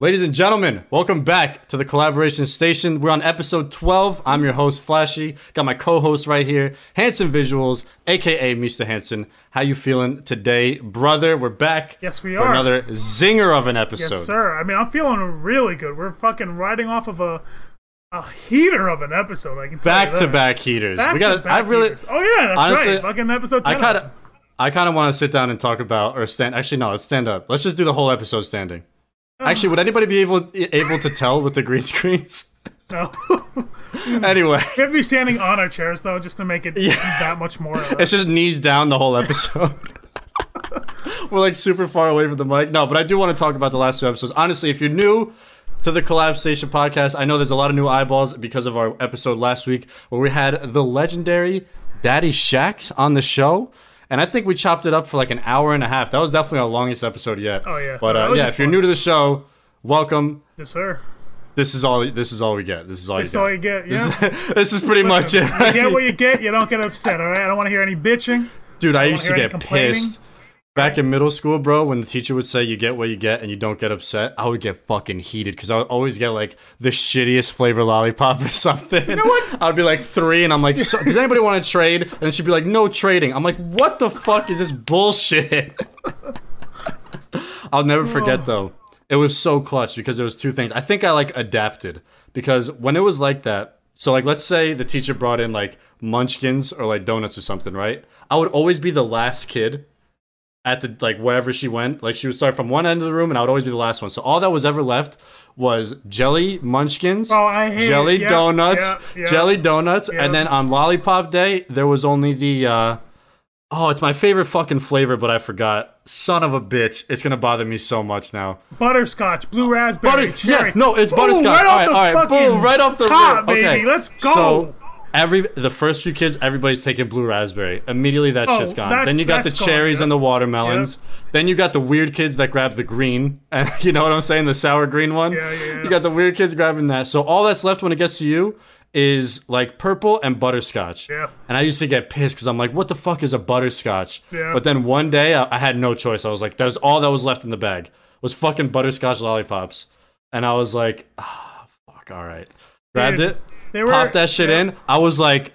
Ladies and gentlemen, welcome back to the Collaboration Station. We're on episode 12. I'm your host, Flashy. Got my co-host right here, Hanson Visuals, aka Mr. Hanson. How you feeling today, brother? We're back Yes, we for are. another zinger of an episode. Yes, sir. I mean, I'm feeling really good. We're fucking riding off of a a heater of an episode. I can tell you Back that. to back heaters. Back we got. to to back I really. heaters. Oh yeah, that's honestly, right. Fucking episode. 10. I kind of. I kind of want to sit down and talk about or stand. Actually, no. Let's stand up. Let's just do the whole episode standing. Ah. Actually, would anybody be able able to tell with the green screens? no. anyway, we have to be standing on our chairs though, just to make it that much more. uh, of a- it's just knees down the whole episode. We're like super far away from the mic. No, but I do want to talk about the last two episodes. Honestly, if you're new to the Collab Station podcast, I know there's a lot of new eyeballs because of our episode last week where we had the legendary Daddy Shax on the show. And I think we chopped it up for like an hour and a half. That was definitely our longest episode yet. Oh, yeah. But That uh, was yeah, just if you're fun. new to the show, welcome. yes, sir. This is all. This is all we get. This is all. That's you all get. you get. Yeah. This, this is pretty much it. You get what you get. You don't get upset. All right. I don't want to hear any bitching. Dude, I used to hear any get complaining. pissed. Back in middle school, bro, when the teacher would say you get what you get and you don't get upset, I would get fucking heated because I would always get like the shittiest flavor lollipop or something. You know what? I'd be like three and I'm like, so, does anybody want to trade? And then she'd be like, no trading. I'm like, what the fuck is this bullshit? I'll never forget though. It was so clutch because there was two things. I think I like adapted because when it was like that, so like let's say the teacher brought in like munchkins or like donuts or something, right? I would always be the last kid at the like wherever she went. Like she would start from one end of the room and I would always be the last one. So all that was ever left was jelly munchkins, Oh, I hate it. jelly Yeah, donuts, yeah, yeah. jelly donuts, Yeah. and then on lollipop day there was only the uh Oh, it's my favorite fucking flavor, but I forgot. Son of a bitch. It's gonna bother me so much now. Butterscotch, blue raspberry, Butter- cherry. yeah, no, it's Ooh, butterscotch. right all right, off all the right, fucking boom, right off the top, rip. Okay. baby. Let's go. So every the first few kids, everybody's taking blue raspberry. Immediately that Oh, shit's gone. that's- Then you got the that's gone, cherries yeah. and the watermelons. Then you got the weird kids that grab the green. And you know what I'm saying? The sour green one. Yeah, yeah, yeah. You got the weird kids grabbing that. So all that's left when it gets to you is like purple and butterscotch. Yeah. And I used to get pissed because I'm like, what the fuck is a butterscotch? Yeah. But then one day I, I had no choice. I was like, that was all that was left in the bag was fucking butterscotch lollipops. And I was like, ah, fuck, all right. Grabbed Dude, it, they were- popped that shit in. I was like,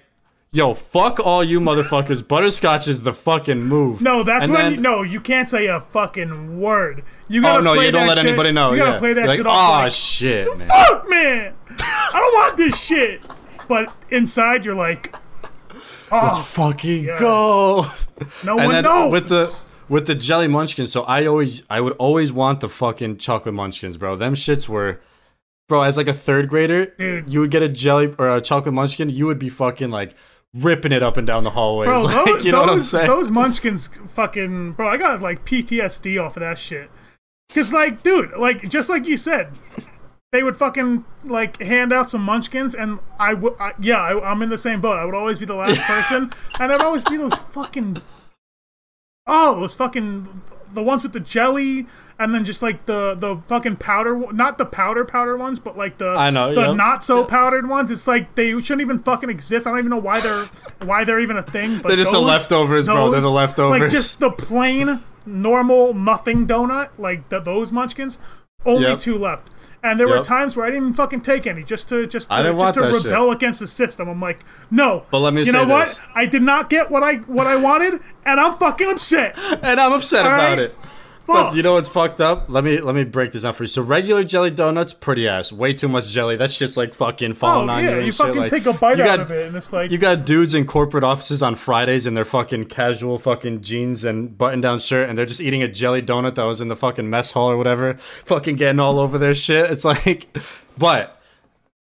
yo, fuck all you motherfuckers. butterscotch is the fucking move. No, that's And when. then- you, no, you can't say a fucking word. You Oh gotta no! play You don't that let shit- anybody know. You gotta yeah. play that You're like, shit Oh off. like, shit, man! Fuck, man. I don't want this shit. But inside, you're like, oh, fucking go. no and one then knows. with the with the jelly munchkins, so I always I would always want the fucking chocolate munchkins, bro. Them shits were bro, as like a third grader, Dude. you would get a jelly or a chocolate munchkin, you would be fucking like ripping it up and down the hallways. bro, like, those, you know what I'm those, saying? those munchkins, fucking bro. I got like PTSD off of that shit. Cause like, dude, like just like you said. They would fucking like hand out some munchkins, and I would, I, yeah, I, I'm in the same boat. I would always be the last person, and I'd always be those fucking Oh, those fucking the ones with the jelly, and then just like the the fucking powder, not the powder powder ones, but like the I know, the yeah. not so powdered ones. It's like they shouldn't even fucking exist. I don't even know why they're why they're even a thing. But They're just the those- leftovers, bro. They're the those, leftovers. Like just the plain normal nothing donut, like th those munchkins. Only Yep. two left. And there were Yep. times where I didn't even fucking take any, just to just I to, didn't just want to that shit. rebel against the system. I'm like, no. But let me you say know what? this. I did not get what I what I wanted, and I'm fucking upset. and I'm upset All about right. it. Fuck. But you know what's fucked up? Let me let me break this down for you. So regular jelly donuts, pretty ass. Way too much jelly. That shit's like fucking falling Oh, on yeah, you. and you shit, fucking like- take a bite you got- out of it, and it's like, You got dudes in corporate offices on Fridays in their fucking casual fucking jeans and button down shirt, and they're just eating a jelly donut that was in the fucking mess hall or whatever, fucking getting all over their shit. It's like, but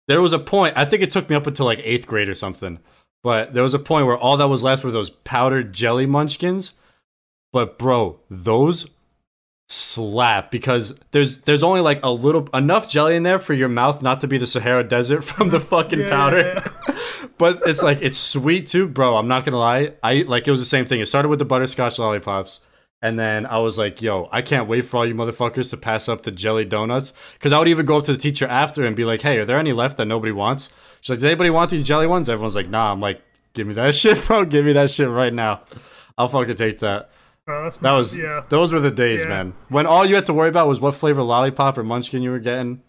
there was a point, I think it took me up until like eighth grade or something, but there was a point where all that was left were those powdered jelly munchkins. But bro, those slap because there's there's only like a little enough jelly in there for your mouth not to be the Sahara Desert from the fucking Yeah, powder. yeah, but it's like it's sweet too, bro. I'm not gonna lie. I like it was the same thing. It started with the butterscotch lollipops, and then I was like, "Yo, I can't wait for all you motherfuckers to pass up the jelly donuts." Because I would even go up to the teacher after and be like, "Hey, are there any left that nobody wants?" She's like, "Does anybody want these jelly ones?" Everyone's like, "Nah." I'm like, "Give me that shit, bro. Give me that shit right now. I'll fucking take that." Bro, that's That was yeah. those were the days, Yeah. man. When all you had to worry about was what flavor lollipop or munchkin you were getting.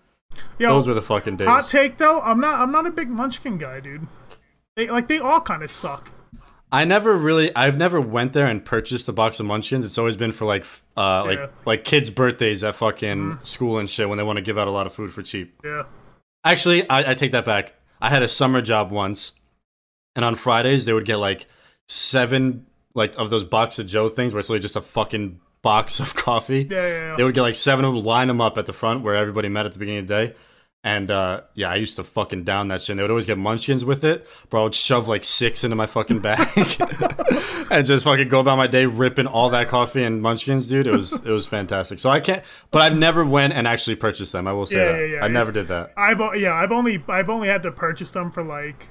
Yo, Those were the fucking days. hot take though. I'm not. I'm not a big Munchkin guy, dude. They like they all kind of suck. I never really, I've never went there and purchased a box of munchkins. It's always been for like, f- uh, Yeah. like like kids' birthdays at fucking school and shit when they want to give out a lot of food for cheap. Yeah. Actually, I, I take that back. I had a summer job once, and on Fridays they would get like seven like of those box of Joe things where it's literally just a fucking box of coffee. Yeah. Yeah. They yeah. would get like seven of them, line them up at the front where everybody met at the beginning of the day. And uh, yeah, I used to fucking down that shit. And they would always get munchkins with it, but I would shove like six into my fucking bag and just fucking go about my day ripping all that coffee and munchkins, dude. It was it was fantastic. So I can't, but I've never went and actually purchased them. I will say Yeah, that yeah, yeah. I never did that. I've o- yeah. I've only I've only had to purchase them for like.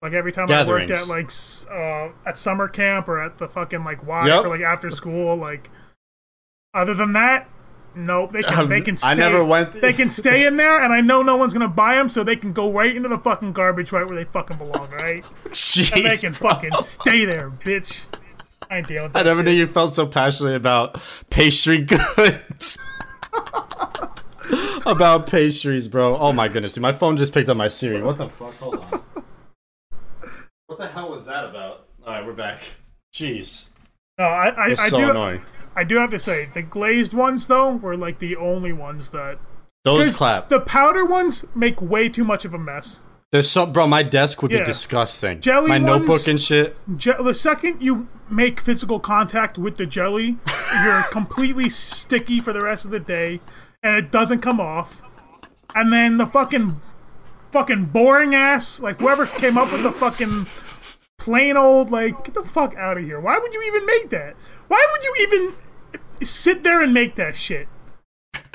Like every time I worked Gatherings. at like s- uh, at summer camp or at the fucking like Y Yep. for like after school, like other than that, nope. They can they can. Stay, Um, I never went- They can stay in there, and I know no one's gonna buy them, so they can go right into the fucking garbage, right where they fucking belong, right? Jeez, and they can bro. fucking stay there, bitch. I ain't dealing with that I never knew shit. you felt so passionately about pastry goods. about pastries, bro. Oh my goodness, dude. My phone just picked up my Siri. What the fuck? Hold on. What the hell was that about? Alright, we're back. Jeez. No, I, I, It's I so do. annoying. I do have to say the glazed ones though were like the only ones that. Those 'cause clap. The powder ones make way too much of a mess. There's so bro, my desk would Yeah. be disgusting. Jelly my ones- notebook and shit. Je- the second you make physical contact with the jelly, you're completely sticky for the rest of the day, and it doesn't come off. And then the fucking, fucking boring ass like whoever came up with the fucking plain old like get the fuck out of here. Why would you even make that? Why would you even sit there and make that shit?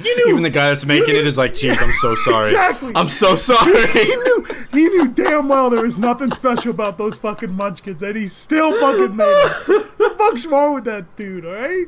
You knew Even the guy that's making it is like, jeez, I'm so sorry. Exactly. I'm so sorry. he knew he knew damn well there was nothing special about those fucking munchkins, and he still fucking made it. The fuck's wrong with that dude? All right.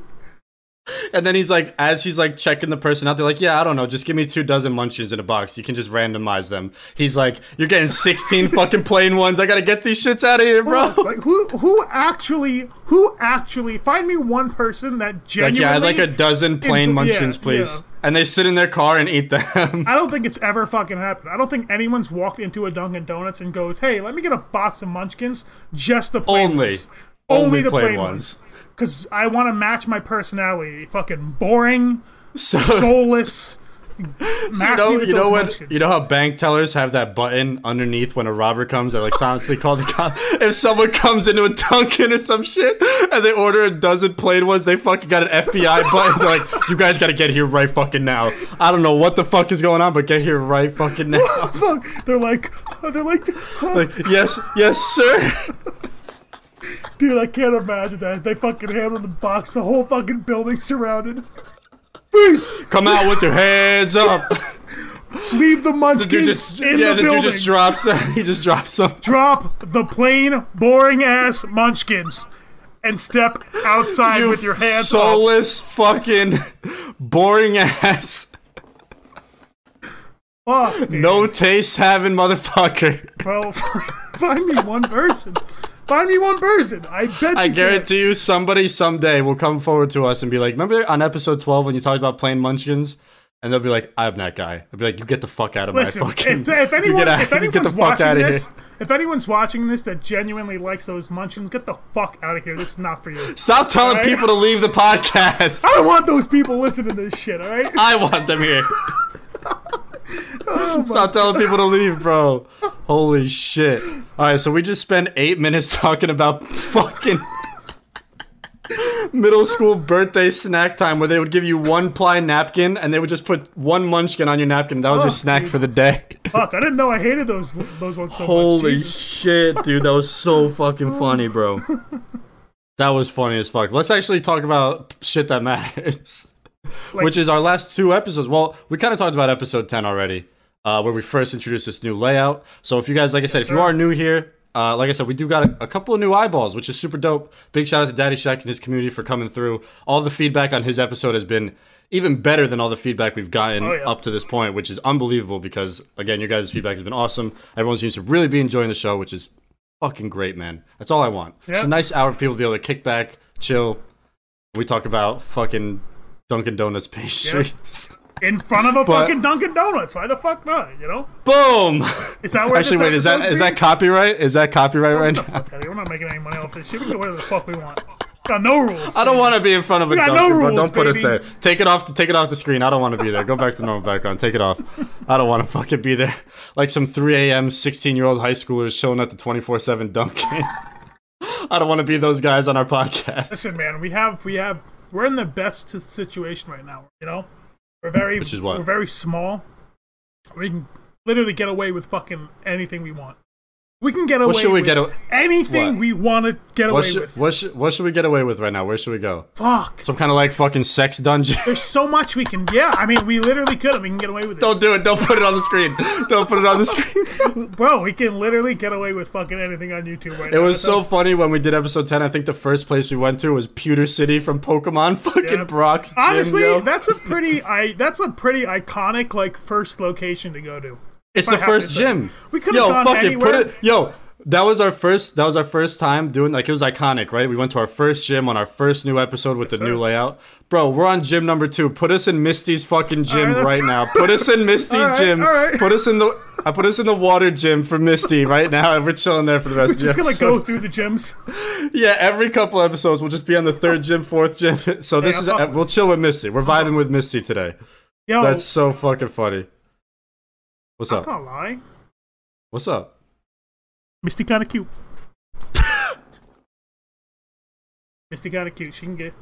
And then he's like, as he's like checking the person out, they're like, yeah, I don't know, just give me two dozen munchkins in a box. You can just randomize them. He's like, you're getting 16 fucking plain ones. I gotta get these shits out of here, bro. Like who who actually who actually find me one person that Like, genuinely yeah, I'd like a dozen plain Enjoy- munchkins, yeah, please. yeah. And they sit in their car and eat them. I don't think it's ever fucking happened. I don't think anyone's walked into a Dunkin' Donuts and goes, "Hey, let me get a box of Munchkins, just the plain Only. ones. Only plain ones. because I want to match my personality. Fucking boring, so, soulless. match you me know, with you those know when, Munchkins. you know how bank tellers have that button underneath when a robber comes that like silently call the cop. If someone comes into a Dunkin' or some shit and they order a dozen plain ones, they fucking got an FBI button. They're like, you guys gotta get here right fucking now. I don't know what the fuck is going on, but get here right fucking now. So they're like, oh, they're like, Like, yes, yes, sir. dude, I can't imagine that. They fucking handle the box, the whole fucking building surrounded. Please Come out with your hands up. leave the Dude munchkins just in yeah, the the, building. dude just drops that. He just drops some. Drop the plain, boring ass munchkins and step outside with your hands up. soulless, fucking, boring ass, Fuck, dude. no taste having motherfucker. Well, find me one person. Find me one person. I bet I you guarantee you, somebody someday will come forward to us and be like, "Remember on episode twelve when you talked about playing Munchkins?" And they'll be like, "I'm that guy." I'll be like, "You get the fuck out of Listen, my fucking." if, if you anyone, get out- if you anyone's get the fuck watching out of this, here. if anyone's watching this that genuinely likes those munchkins, get the fuck out of here. This is not for you. Stop telling Alright? people to leave the podcast. I don't want those people listening to this shit. All right. I want them here. Stop telling people to leave, bro. Holy shit. All right, so we just spent eight minutes talking about fucking middle school birthday snack time where they would give you one ply napkin and they would just put one munchkin on your napkin. That was your snack for the day. Fuck. I didn't know I hated those those ones so much. Holy Oh, Jesus. shit, dude. That was so fucking funny, bro. That was funny as fuck. Let's actually talk about shit that matters, which is our last two episodes. Well, we kind of talked about episode 10 already, uh, where we first introduced this new layout. So, if you guys, like I said, if you sir. are new here, uh, like I said, we do got a, a couple of new eyeballs, which is super dope. Big shout out to Daddy Shack and his community for coming through. All the feedback on his episode has been even better than all the feedback we've gotten Oh, yeah. up to this point, which is unbelievable because, again, your guys' feedback has been awesome. Everyone seems to really be enjoying the show, which is fucking great, man. That's all I want. It's Yeah. a nice hour for people to be able to kick back, chill, We talk about fucking Dunkin' Donuts pastries. in front of a But- fucking Dunkin' Donuts. Why the fuck not? You know? Boom. Is that where Actually, this wait. Is that episode's is that copyright? Is that copyright right being? now? Fuck outta here, We're not making any money off this shit. We can do whatever the fuck we want. Got no rules. I don't want to be in front of a got Dunkin', no bro. rules, Don't put us baby. there. Take it off. Take it off the screen. I don't want to be there. Go back to normal background. Take it off. I don't want to fucking be there. Like some 3 a.m. 16 year old high schoolers showing at the 24 seven Dunkin'. I don't want to be those guys on our podcast. Listen, man, we have we have we're in the best s- situation right now. You know, we're very Which is what? we're very small. We can literally get away with fucking anything we want. We can get away. should we with get a- anything what? we want to get What away should, with. what, should, what should we get away with right now? Where should we go? Fuck. Some kind of like fucking sex dungeon. There's so much we can. Yeah, I mean, we literally could. and We can get away with it, Don't do it. Don't put it on the screen. Don't put it on the screen. bro. We can literally get away with fucking anything on YouTube right It now. was That's so funny when we did episode 10. I think the first place we went to was Pewter City from Pokemon fucking Yeah. Brock's. gym, Honestly, yo. that's a pretty I that's a pretty iconic like first location to go to. It's I the have to first say. gym. We could've Yo, gone fuck it, anywhere. put it. Yo, that was our first. That was our first time doing. Like it was iconic, right? We went to our first gym on our first new episode with the sir. new layout. Bro, we're on gym number two. Put us in Misty's fucking gym All right, right let's- now. Put us in Misty's All right, gym. all right. Put us in the. I put us in the water gym for Misty right now, and we're chilling there for the rest Just of the gonna episode. go through the gyms. Yeah, every couple episodes we'll just be on the third gym, fourth gym. So this Yeah, is uh, fuck. we'll chill with Misty. We're vibing with Misty today. Yo, That's so fucking funny. What's I'm up? not lying. What's up? Misty kinda cute. Misty kinda cute. She can get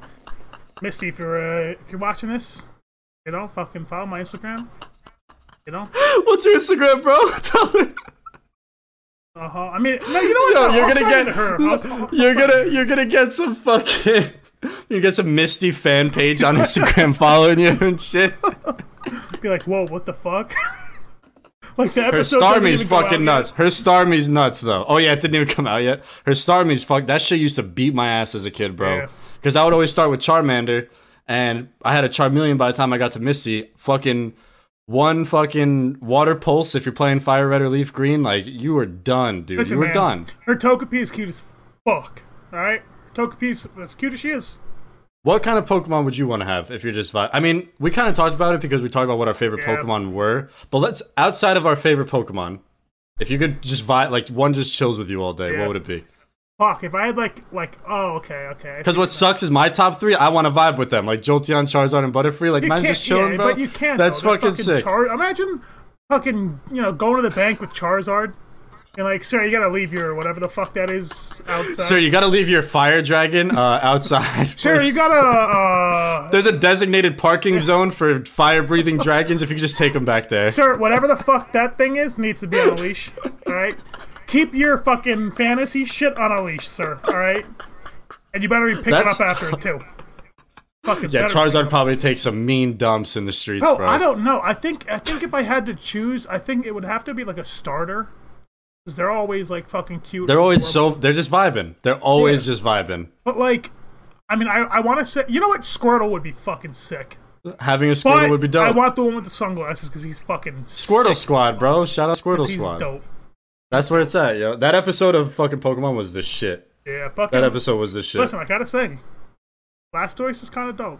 Misty if you're uh, if you're watching this, you know, fucking follow my Instagram. You know? What's your Instagram, bro? Tell her. Uh huh. I mean no, you know what? Yo, no, you're gonna I'll send it get to her. I'll- I'll- you're gonna you're gonna get some fucking you get some Misty fan page on Instagram following you and shit. be like, whoa, what the fuck? like the Her episode doesn't Starmie's even go out fucking yet. nuts. Her Starmie's nuts though. Oh yeah, it didn't even come out yet. Her Starmie's fuck. That shit used to beat my ass as a kid, Yeah. bro. Because I would always start with Charmander, and I had a Charmeleon by the time I got to Misty. Fucking one fucking water pulse. If you're playing Fire Red or Leaf Green, like you were done, dude. Listen, you were man, done. Her Togepi is cute as fuck. All right, Togepi's as cute as she is. What kind of Pokemon would you want to have if you're just vi I mean, we kind of talked about it because we talked about what our favorite Yeah. Pokemon were. But let's outside of our favorite Pokemon, if you could just vibe like one just chills with you all day, Yeah. what would it be? Fuck, if I had like like oh okay okay. Because what sucks is my top three. I want to vibe with them, like Jolteon, Charizard, and Butterfree. Like, You man, can't- just chilling, yeah, bro. But you can't. That's though. They're fucking, sick. Char- Imagine fucking you know going to the bank with Charizard. And like, sir, you gotta leave your whatever the fuck that is outside. Sir, you gotta leave your fire dragon uh, outside. Sir, you please. gotta. Uh, There's a designated parking zone for fire-breathing dragons. If you could just take them back there. sir, whatever the fuck that thing is needs to be on a leash. All right, keep your fucking fantasy shit on a leash, sir. All right, and you better be picking That's- up after it too. Fucking yeah, better be Charizard probably takes some mean dumps in the streets, Oh, bro. I don't know. I think I think if I had to choose, I think it would have to be like a starter, because they're always like fucking cute. They're always so. They're just vibing. They're always just vibing. But like, I mean, I I want to say, you know what, Squirtle would be fucking sick. Having a Squirtle But would be dope. I want the one with the sunglasses because he's fucking Squirtle sick. Squad, bro. Shout out Squirtle He's Squad. dope. That's where it's at, yo. That episode of fucking Pokemon was the shit. Yeah, fucking. That episode was the shit. Listen, I gotta say, Blastoise is kind of dope.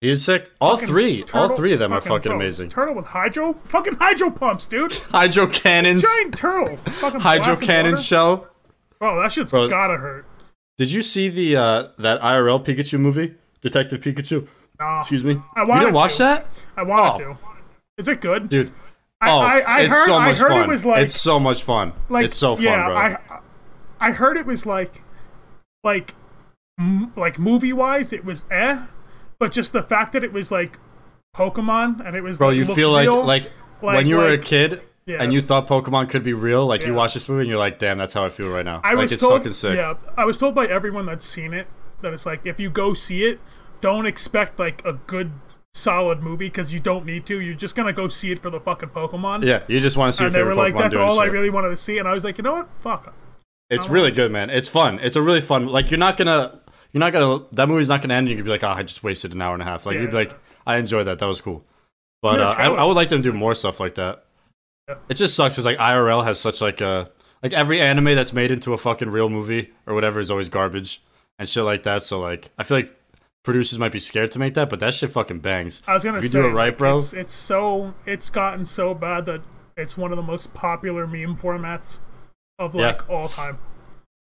He's sick. All Fucking three, all Turtle- three of them are fucking bro, amazing. Turtle with hydro, fucking hydro pumps, dude. Hydro cannons, Giant turtle, fucking hydro blasting cannon water. shell. Bro, that shit's Bro. gotta hurt. Did you see the uh, that IRL Pikachu movie, Detective Pikachu? Nah, Excuse me. I you wanted didn't watch to. that, I wanted Oh. to. Is it good? dude? I, oh, I, I it's heard, so I much heard fun. it was like, it's so much fun. like it's so fun, yeah, bro. I, I heard it was like, like, m- like movie wise, it was eh, but just the fact that it was like Pokemon and it was Bro, like, you looked feel like, real, like like- when you were a like- kid Yeah. and you thought Pokemon could be real. Like you Yeah. watch this movie and you're like, damn, that's how I feel right now. I like was it's told, fucking sick. yeah, I was told by everyone that's seen it that it's like if you go see it, don't expect like a good solid movie because you don't need to. You're just gonna go see it for the fucking Pokemon. Yeah, you just want to see. and they your were favorite like, Pokemon "That's doing all I shit. really wanted to see," and I was like, "You know what? Fuck." It's Oh, really good, man. It's fun. It's a really fun. Like you're not gonna, you're not gonna. That movie's not gonna end. and You could be like, oh, I just wasted an hour and a half. Like Yeah. you'd be like, I enjoyed that. That was cool. But Yeah, uh, I, try it. I would like them to do more stuff like that. Yeah. It just sucks because like IRL has such like a like every anime that's made into a fucking real movie or whatever is always garbage and shit like that. So like I feel like producers might be scared to make that, but that shit fucking bangs. I was gonna If you say do it right, like, bro. It's, it's so it's gotten so bad that it's one of the most popular meme formats of Yeah. like all time.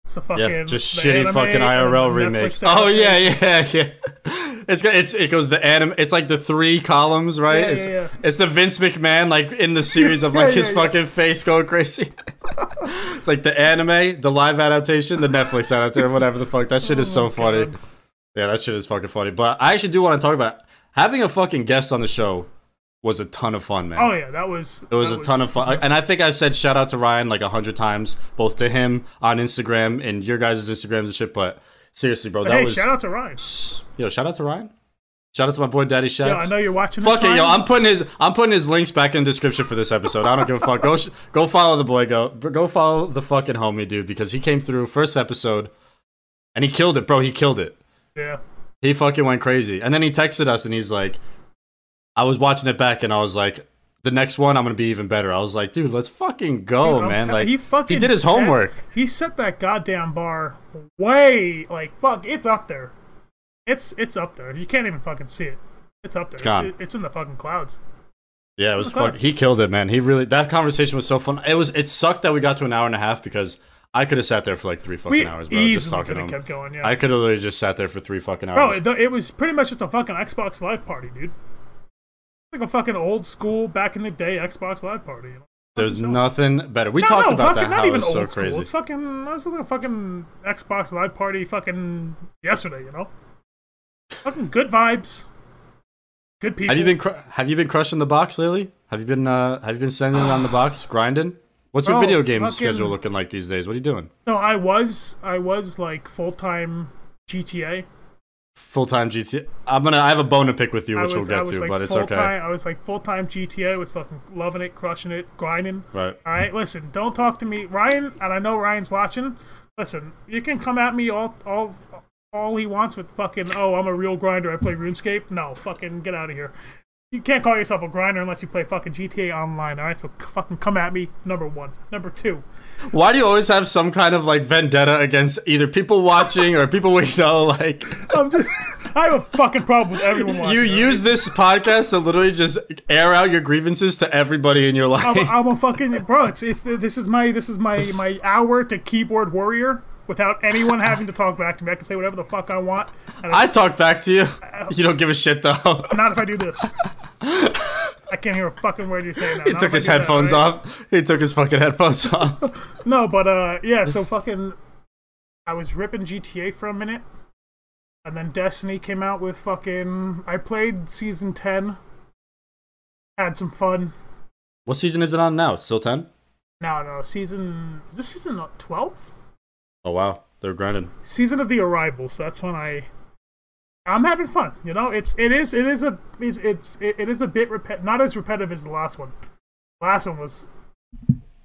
It's the fucking Yeah, just the shitty anime fucking and then IRL the Netflix remakes. Oh adaptation. yeah, yeah, yeah. It's got it's it goes the anim. It's like the three columns, right? Yeah, it's, yeah, yeah. it's the Vince McMahon like in the series of like Yeah, his yeah, yeah. fucking face going crazy. it's like the anime, the live adaptation, the Netflix adaptation, whatever the fuck. That shit is so funny. Oh, God. Yeah, that shit is fucking funny. But I actually do want to talk about having a fucking guest on the show was a ton of fun, man. Oh yeah, that was. It was that a ton of fun, and I think I said shout out to Ryan like a hundred times, both to him on Instagram and your guys' Instagrams and shit. But seriously, bro, But that hey, was shout out to Ryan. yo shout out to Ryan, shout out to my boy Daddy Yo, Shouts. I know you're watching. fuck this, it, yo, Ryan. I'm putting his I'm putting his links back in the description for this episode. I don't give a fuck. Go sh- go follow the boy. Go go follow the fucking homie dude because he came through first episode, and he killed it, bro. He killed it. Yeah. He fucking went crazy. And then he texted us and he's like, I was watching it back and I was like, the next one I'm gonna be even better. I was like, dude, let's fucking go, Dude, I'm Oh, man. tell- like he fucking did his set- homework. He set that goddamn bar way like fuck. It's up there. It's it's up there. You can't even fucking see it. It's up there. gone. It's, it's in the fucking clouds. Yeah, it was Of course. fuck. He killed it, man. He really that conversation was so fun. It was it sucked that we got to an hour and a half because I could have sat there for like three fucking We hours, bro. Just easily talking could to have him. kept going. Yeah. I could have literally just sat there for three fucking Bro, hours. it, it was pretty much just a fucking Xbox Live party, dude. Like a fucking old school, back in the day Xbox Live party. You know? There's fucking nothing better. We No, talked no, about fucking that. How not it even was so old school. crazy. It's fucking, this was like a fucking Xbox Live party fucking yesterday, you know? Fucking good vibes. Good people. Have you been cr- have you been crushing the box lately? Have you been uh, have you been sending it on the box grinding? What's your Bro, video game fucking- schedule looking like these days? What are you doing? No, I was, I was like full time GTA. Full time GTA. I'm gonna I have a bone to pick with you, I which was, I we'll get was to, like but it's full okay. time. I was like full time GTA. Was fucking loving it, crushing it, grinding. Right. All right, listen, don't talk to me, Ryan, and I know Ryan's watching. Listen, you can come at me all all all he wants with fucking oh, I'm a real grinder. I play RuneScape. No, fucking get out of here. You can't call yourself a grinder unless you play fucking GTA Online. All right, so c- fucking come at me. Number one, number two. Why do you always have some kind of like vendetta against either people watching or people we know? Like I'm just, I have a fucking problem with everyone. Watching. you use this podcast to literally just air out your grievances to everybody in your life. I'm, I'm a fucking bro. It's, it's this is my this is my my hour to keyboard warrior without anyone having to talk back to me. I can say whatever the fuck I want. And I talk back to you. You don't give a shit though. Not if I do this. I can't hear a fucking word you're saying. Now. He took his headphones off. He took his fucking headphones off. No, but uh, yeah. So fucking, I was ripping GTA for a minute, and then Destiny came out with fucking. I played season ten. Had some fun. What season is it on now? Still 10? No, no, season. Is this season twelve? Oh, wow. They're grinding. Season of the Arrival. So that's when I. I'm having fun, you know. It's it is it is a it's it's it, it is a bit repet not as repetitive as the last one. last one was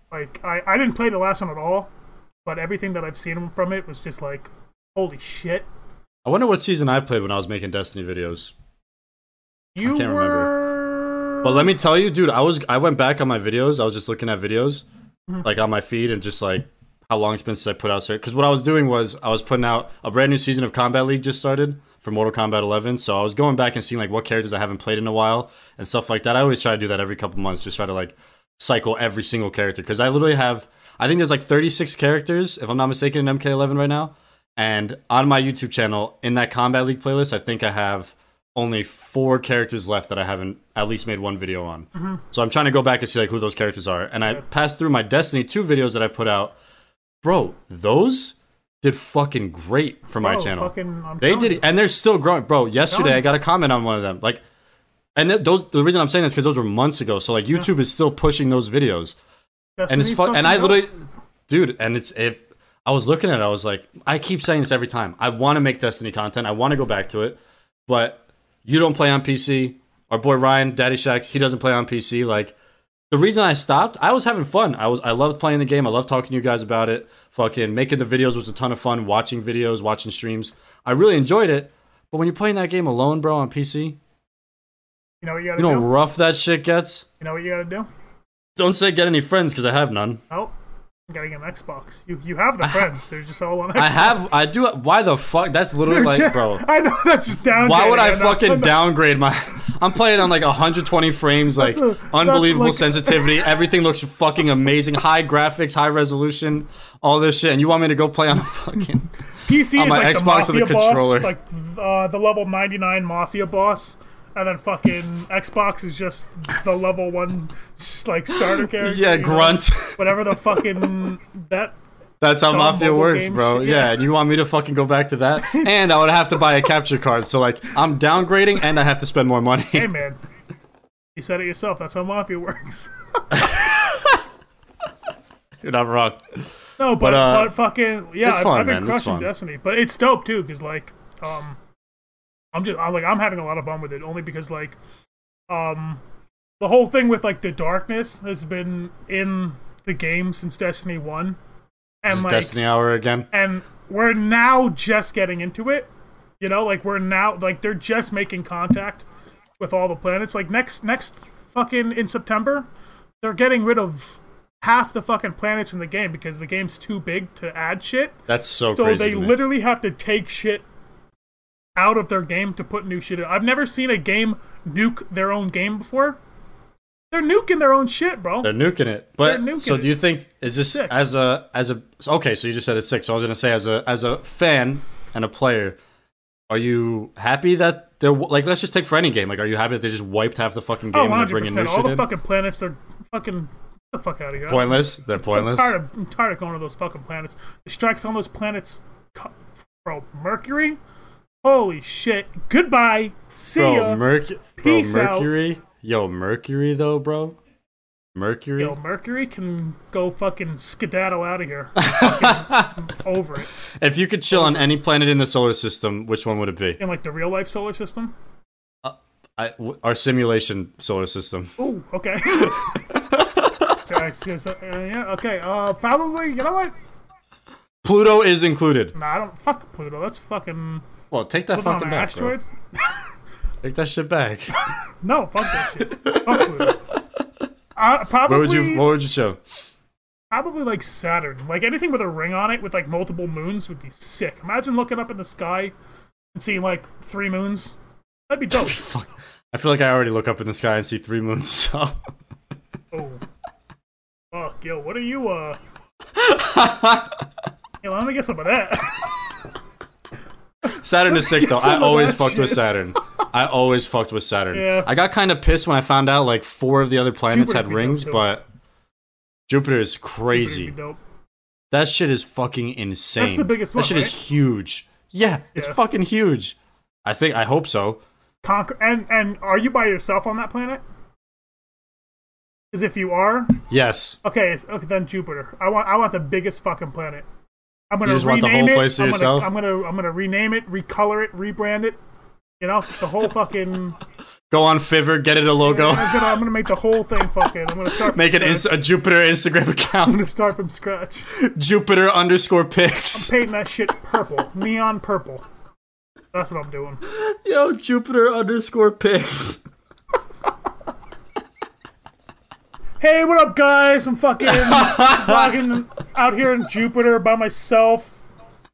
like I, I didn't play the last one at all, but everything that I've seen from it was just like, holy shit! I wonder what season I played when I was making Destiny videos. You can't remember. were But let me tell you, dude, I was I went back on my videos. I was just looking at videos, like on my feed, and just like how long it's been since I put out. Because what I was doing was I was putting out a brand new season of Combat League just started for Mortal Kombat 11. So I was going back and seeing like what characters I haven't played in a while and stuff like that. I always try to do that every couple months, just try to like cycle every single character because I literally have I think there's like 36 characters if I'm not mistaken in MK11 right now. And on my YouTube channel, in that Combat League playlist, I think I have only four characters left that I haven't at least made one video on. So I'm trying to go back and see like who those characters are. And I passed through my Destiny 2 videos that I put out. Bro, those did fucking great for my Bro, channel. Oh, fucking- I'm they telling did, you. and they're still growing, bro. Yesterday telling I got a comment on one of them, like, and th- those. The reason I'm saying this because those were months ago. So like YouTube is still pushing those videos and it's Destiny's fun. And fucking I dope. literally, dude, and it's if I was looking at it, I was like, I keep saying this every time. I want to make Destiny content. I want to go back to it, but you don't play on PC. Our boy Ryan, Daddy Shacks, he doesn't play on PC. Like the reason I stopped, I was having fun. I was I loved playing the game. I loved talking to you guys about it. Fucking making the videos was a ton of fun. Watching videos, watching streams, I really enjoyed it. But when you're playing that game alone, bro, on PC, you know what you you gotta know do. how rough that shit gets. You know what you gotta do. Don't say get any friends because I have none. Oh, I gotta get an Xbox. You you have the friends. They're just all on. Xbox. I have, I do. Why the fuck? That's literally They're like, just- bro. I know that's just down. Why would I fucking downgrade my? I'm playing on like 120 frames, like a- that's unbelievable like- sensitivity. Everything looks fucking amazing. High graphics, high resolution, all this shit. And you want me to go play on a fucking? PC on is my like Xbox the with a mafia controller. boss, like uh, the level 99 mafia boss, and then fucking Xbox is just the level one s- like starter character. Yeah, you know? grunt. Whatever the fucking that. That's how Dumb Mafia mobile works, game bro. shit, Yeah. yeah. and you want me to fucking go back to that? And I would have to buy a capture card. So like, I'm downgrading, and I have to spend more money. Hey man, you said it yourself. That's how mafia works. You're not wrong. No, But, but, but, uh, fucking yeah, it's I've, fun, I've been man, it's crushing fun. Destiny, but it's dope too because like um, I'm just I'm like I'm having a lot of fun with it only because like um, the whole thing with like the darkness has been in the game since Destiny One, and This is like Destiny Hour again. and we're now just getting into it. You know, like we're now like they're just making contact with all the planets. Like next next fucking in September, they're getting rid of half the fucking planets in the game because the game's too big to add shit. That's so, So crazy. they to me. literally have to take shit out of their game to put new shit in. I've never seen a game nuke their own game before. They're nuking their own shit, bro. They're nuking it. But They're nuking so do it. you think is this Sick. as a as a okay, so you just said it's six. So I was gonna say as a as a fan and a player, are you happy that they're like let's just take for any game, like are you happy that they just wiped half the fucking game oh, and they're 100 bringing new percent. All shit the in? fucking planets, they're fucking get the fuck out of here. I don't pointless? They're I'm pointless. tired of I'm tired of going to those fucking planets. The strikes on those planets, co- bro. Mercury, holy shit. Goodbye. See bro, ya. Merc- bro, Peace out. Mercury. Yo, Mercury though, bro. Mercury. Yo, Mercury can go fucking skedaddle out of here. Fucking over it if you could chill on any planet in the solar system, which one would it be? in like the real life solar system. I w our simulation solar system. Ooh, okay. so, I- so- so, uh, yeah, okay. Uh, probably. You know what? Pluto is included. Nah, I don't. Fuck Pluto. That's fucking. Well, take that Put on fucking an back, asteroid. bro. Take that shit back. No, fuck that shit. fuck Pluto. Uh, probably. Where would you? What would you show? Probably like Saturn. Like anything with a ring on it with like multiple moons would be sick. Imagine looking up in the sky and seeing like three moons. That'd be dope. Fuck. I feel like I already look up in the sky and see three moons. So oh. Fuck, yo, what are you, uh. yo, let me get some of that. Saturn is sick though. Some I of always that fucked with shit. Saturn. I always fucked with Saturn. Yeah. I got kind of pissed when I found out like four of the other planets Jupiter had would be rings, dope, too. but Jupiter is That'd crazy. be dope. That shit is fucking insane. That's the biggest That one, shit right? is huge. Yeah, it's Yeah. fucking huge. I think. I hope so. Conquer. And, and are you by yourself on that planet? Because if you are, Yes. okay, it's, okay, then Jupiter. I want, I want the biggest fucking planet. I'm gonna You just want rename the whole it. place to I'm yourself? Gonna, I'm gonna, I'm gonna rename it, recolor it, rebrand it. You know, the whole fucking. Go on Fiverr, get it a logo, I'm gonna, I'm gonna make the whole thing fucking. I'm gonna start. From make it scratch. ins- a Jupiter Instagram I'm account. gonna start from scratch. Jupiter underscore pics. Paint that shit purple, neon purple. That's what I'm doing. Yo, Jupiter underscore pics. Hey, what up, guys? I'm fucking vlogging out here in Jupiter by myself.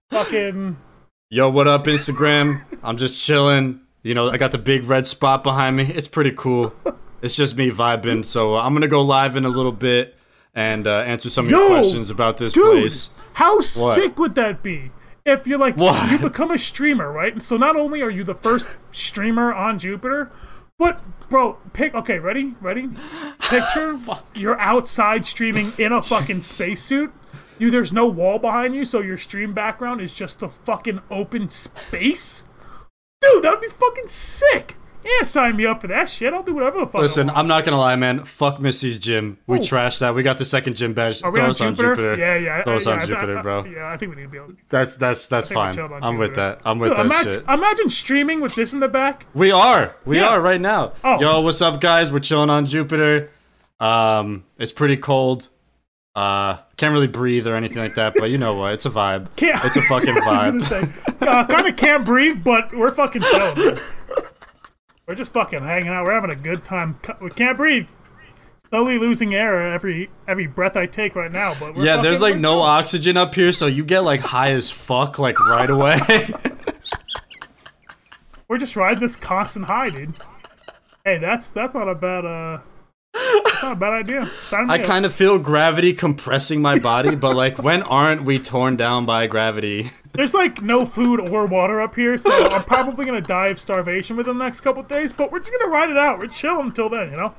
Fucking Yo, what up, Instagram? I'm just chilling. You know, I got the big red spot behind me. It's pretty cool. It's just me vibing. So uh, I'm gonna go live in a little bit and uh, answer some of your Yo, questions about this dude, place. how sick would that be? If you're like What? you become a streamer, right? And so not only are you the first streamer on Jupiter, but bro, pick okay, ready, ready? Picture you're outside streaming in a fucking spacesuit. You there's no wall behind you, so your stream background is just the fucking open space. Dude, that'd be fucking sick. Yeah, sign me up for that shit. I'll do whatever the fuck. I Listen, want. I'm not gonna lie, man. Fuck Missy's gym. We Ooh. trashed that. We got the second gym badge. Oh. Are we Throw us on Jupiter. Yeah, yeah. Throw I- us yeah, on I- I- Jupiter, I- bro. Yeah, I think we need to be on. That's that's that's think we fine. chilled on I'm with Jupiter. that. I'm with Dude, that imagine, shit. imagine streaming with this in the back. We are. We Yeah. are right now. Oh. Yo, what's up, guys? We're chilling on Jupiter. Um, it's pretty cold. Uh, can't really breathe or anything like that, but you know what? It's a vibe. Can't- It's a fucking I was vibe. gonna say, uh, kind of can't breathe, but we're fucking chilling. man. we're just fucking hanging out. We're having a good time. Cu- We can't breathe. slowly losing air every every breath I take right now. But we're Yeah, there's fucking- like no oxygen up here, so you get like high as fuck like right away. we're just riding this constant high, dude. Hey, that's that's not a bad uh, that's not a bad idea. Sign me I up. kind of feel gravity compressing my body, but like when aren't we torn down by gravity? There's like no food or water up here, so I'm probably gonna die of starvation within the next couple of days. But we're just gonna ride it out. We're chilling until then, you know.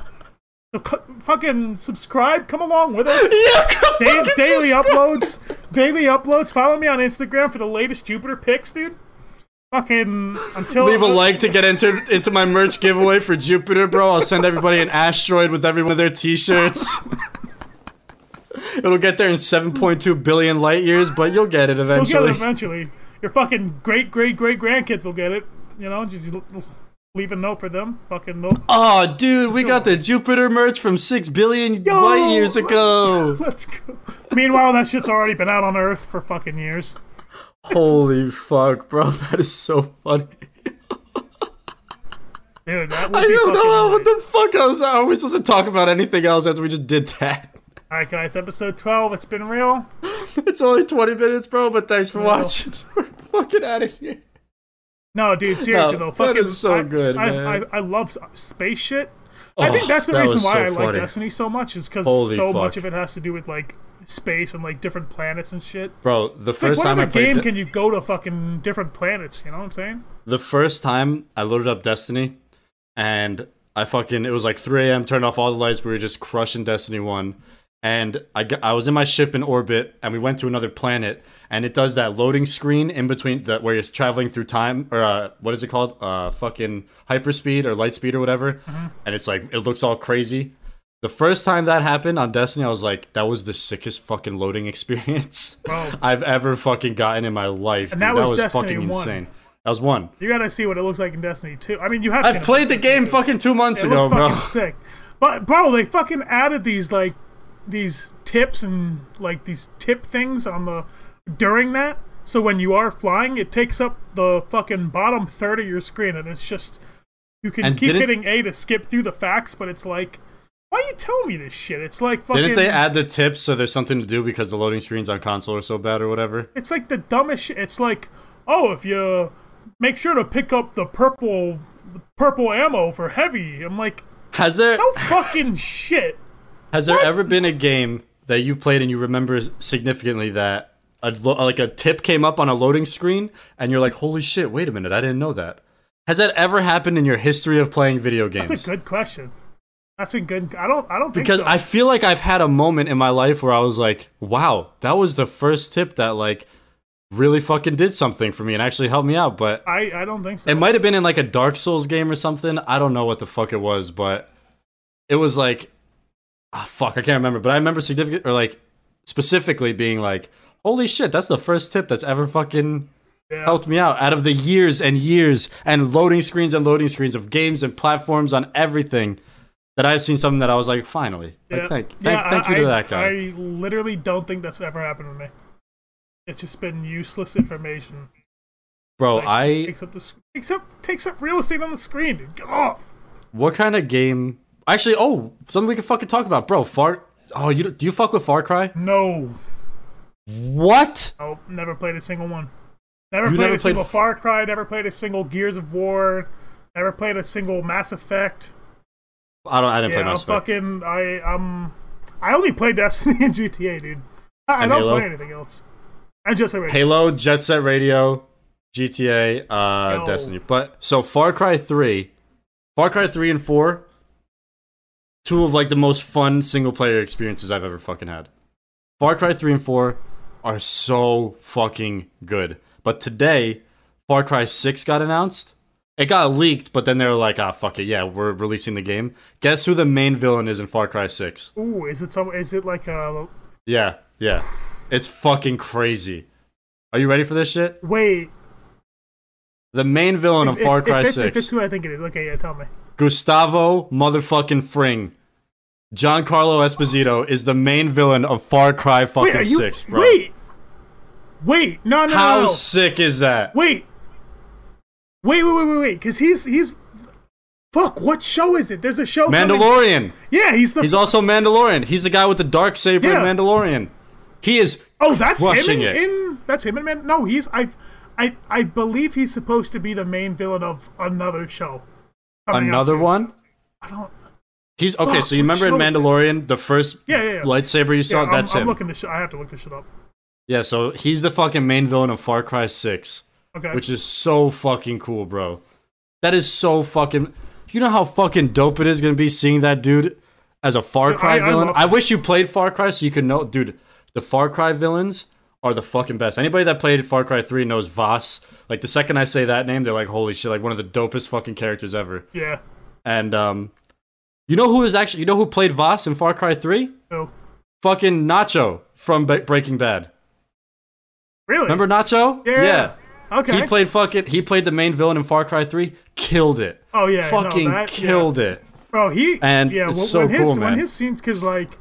So cu- fucking subscribe. Come along with us. Da- daily uploads. Daily uploads. Follow me on Instagram for the latest Jupiter pics, dude. Fucking until Leave a like to get entered into my merch giveaway for Jupiter, bro. I'll send everybody an asteroid with every one of their t-shirts. It'll get there in 7.2 billion light years, but you'll get it You'll get eventually. it eventually. Your fucking great great great grandkids will get it. You know, just l- l- leave a note for them. Fucking note. oh, dude, we got the Jupiter merch from 6 billion light years ago. Let's go. Meanwhile, that shit's already been out on Earth for fucking years. Holy fuck, bro. That is so funny. Dude, that would I be don't fucking know what great. the fuck else. How are we supposed to talk about anything else after we just did that? All right, guys, episode 12. It's been real. It's only 20 minutes, bro, but thanks for watching. We're fucking out of here. No, dude, seriously, No, though. that Fucking, is so I, good, I, man. I, I love s- space shit. I think that's the that reason was why so I like funny. Destiny so much, is because so Holy much fuck. of it has to do with, like, space and, like, different planets and shit. Bro, the Like, first what time I other played game De- can you go to fucking different planets? You know what I'm saying? the first time I loaded up Destiny, and I fucking it was like 3 a.m. Turned off all the lights. We were just crushing Destiny One, and I got, I was in my ship in orbit, and we went to another planet, and it does that loading screen in between that where you're traveling through time or uh, what is it called? Uh, fucking hyperspeed or light speed or whatever, Mm-hmm. and it's like it looks all crazy. The first time that happened on Destiny, I was like, that was the sickest fucking loading experience Bro. I've ever fucking gotten in my life. And dude. that That was was, Destiny fucking 1. insane. That was one. You gotta see what it looks like in Destiny 2. I mean, you have I've to. played the game fucking two months It ago, looks bro. fucking sick. But bro, they fucking added these like these tips and like these tip things on the during that. So when you are flying, it takes up the fucking bottom third of your screen, and it's just you can And keep didn't- hitting A to skip through the facts, but it's like, why you telling me this shit? It's like fucking. Didn't they add the tips so there's something to do because the loading screens on console are so bad or whatever? It's like the dumbest shit. It's like, oh, if you make sure to pick up the purple the purple ammo for heavy. I'm like, Has there no fucking shit. has there ever been a game that you played and you remember significantly that a lo- like a tip came up on a loading screen and you're like, holy shit, wait a minute, I didn't know that. Has that ever happened in your history of playing video games? That's a good question. That's a good. I don't. I don't think because so. I feel like I've had a moment in my life where I was like, wow, that was the first tip that like really fucking did something for me and actually helped me out, but I. I don't think so. It might have been in like a Dark Souls game or something. I don't know what the fuck it was, but it was like, ah, fuck, I can't remember. But I remember significant or like specifically being like, holy shit, that's the first tip that's ever fucking Yeah. helped me out out of the years and years and loading screens and loading screens of games and platforms on everything that I've seen something that I was like, finally, Like, Yeah. thank, thank, Yeah, thank I- you to I- that guy. I literally don't think that's ever happened to me. It's just been useless information. Bro, Like, just Oh, I takes up the, sc- except takes up real estate on the screen. Dude. Get off. What kind of game? Actually, oh, something we can fucking talk about, bro. Far. Oh, you do you fuck with Far Cry? No. What? Oh, never played a single one. Never You played never a single played- Far Cry. Never played a single Gears of War. Never played a single Mass Effect. I don't. I didn't Yeah, play Mass I'm Effect. fucking. I um. I only play Destiny and GTA, dude. I, I And don't Halo? play anything else. I just play. Halo, Jet Set Radio, GTA, uh, No. Destiny. But so Far Cry Three, Far Cry Three and Four, two of like the most fun single player experiences I've ever fucking had. Far Cry Three and Four are so fucking good. But today, Far Cry Six got announced. It got leaked, but then they were like, "Ah, fuck it, yeah, we're releasing the game." Guess who the main villain is in Far Cry Six? Ooh, is it some? Is it like uh, a Yeah, yeah, it's fucking crazy. Are you ready for this shit? wait? The main villain of if- Oh, Far if Cry it's- If it's 6, who I think it is. Okay, yeah, tell me. Gustavo motherfucking Fring. Giancarlo Esposito is the main villain of Far Cry fucking Wait, are you? 6, bro. Wait, wait, no, no, How no, no. sick is that? Wait, wait, wait, wait, wait, wait, because he's he's fuck, what show is it? There's a show. coming- Mandalorian. Yeah, he's the. He's also Mandalorian. He's the guy with the dark saber Yeah. in Mandalorian. He is. oh, that's him crushing in, it. in- That's him in Man. No, he's I, I, I believe he's supposed to be the main villain of another show. coming out Another soon. one? I don't. He's okay. Fuck, So you what remember in show is it? Mandalorian, the first Yeah, yeah, yeah. lightsaber you saw? Yeah, I'm, That's I'm him. looking this. I have to look this shit up. Yeah. So he's the fucking main villain of Far Cry Six, Okay. which is so fucking cool, bro. That is so fucking. You know how fucking dope it is gonna be seeing that dude as a Far Dude, Cry I- I villain. love- I wish you played Far Cry so you could know, dude. The Far Cry villains are the fucking best. Anybody that played Far Cry Three knows Voss. Like the second I say that name, they're like, holy shit, like one of the dopest fucking characters ever. yeah. And um, you know who is actually you know who played Voss in Far Cry Three? So Fucking Nacho from Ba- Breaking Bad. really. Remember Nacho? Yeah. Okay. He played fucking he played the main villain in Far Cry Three. Killed it. Oh, yeah, no, Fucking that- yeah. killed it. Bro, he And yeah. it's when- so when his cool, when man. his scenes because like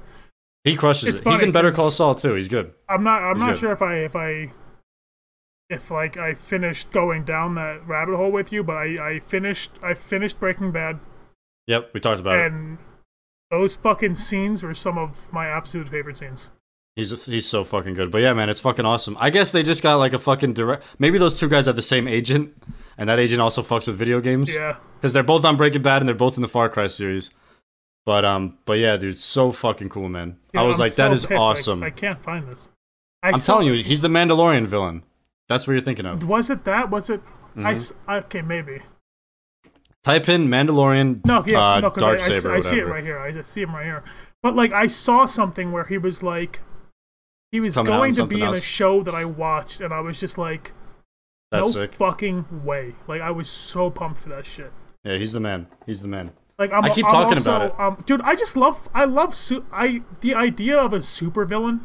He crushes It's it. He's funny in Better 'cause- Call Saul too. He's good. I'm not I'm He's not good. sure if I if I if like I finished going down that rabbit hole with you, but I I finished I finished Breaking Bad Yep, we talked about it. and those fucking scenes were some of my absolute favorite scenes. He's he's so fucking good. But yeah, man, it's fucking awesome. I guess they just got like a fucking direct. Maybe those two guys have the same agent, and that agent also fucks with video games. Yeah. because they're both on Breaking Bad and they're both in the Far Cry series. But um, but yeah, dude, so fucking cool, man. Yeah, I was I'm like, so that is pissed I- awesome. I, I, can't find this. I am telling you, he's the Mandalorian villain. That's what you're thinking of. Was it that? Was it? Mm-hmm. I s I okay, maybe. Type in Mandalorian. No, yeah, uh, no, because I, I dark s- saber. I see it right here. I just see him right here. But like, I saw something where he was like, he was Coming out in going to something be in a else. show that I watched, and I was just like, That's no sick. fucking way. Like, I was so pumped for that shit. yeah, he's the man. He's the man. Like, I'm, I keep I'm talking also, about it. Um, dude, I just love, I love, su- I the idea of a supervillain.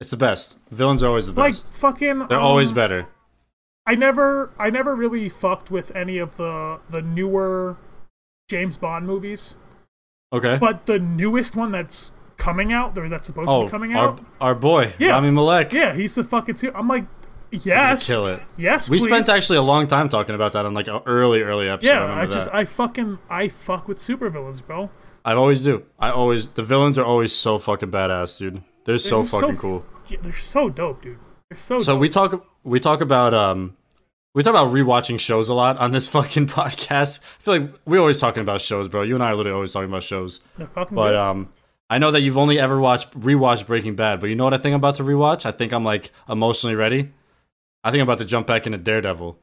It's the best. Villains are always the Like, best. fucking, they're always um, better. I never, I never really fucked with any of the the newer James Bond movies, Okay. but the newest one that's coming out, or that's supposed to Oh, be coming our, out. our boy, Yeah. Rami Malek. Yeah, he's the fucking two. I'm like, yes, kill it. Yes, we please. spent actually a long time talking about that on like an early, early episode. Yeah, remember I just that. I fucking I fuck with supervillains, bro. I always do. I always the villains are always so fucking badass, dude. They're so They're fucking cool. yeah, they're so dope, dude. They're so. So dope. we talk we talk about um we talk about rewatching shows a lot on this fucking podcast. I feel like we're always talking about shows, bro. You and I are literally always talking about shows. They're fucking. But good. um I know that you've only ever watched rewatched Breaking Bad, but you know what I think I'm about to rewatch? I think I'm like emotionally ready. I think I'm about to jump back into Daredevil.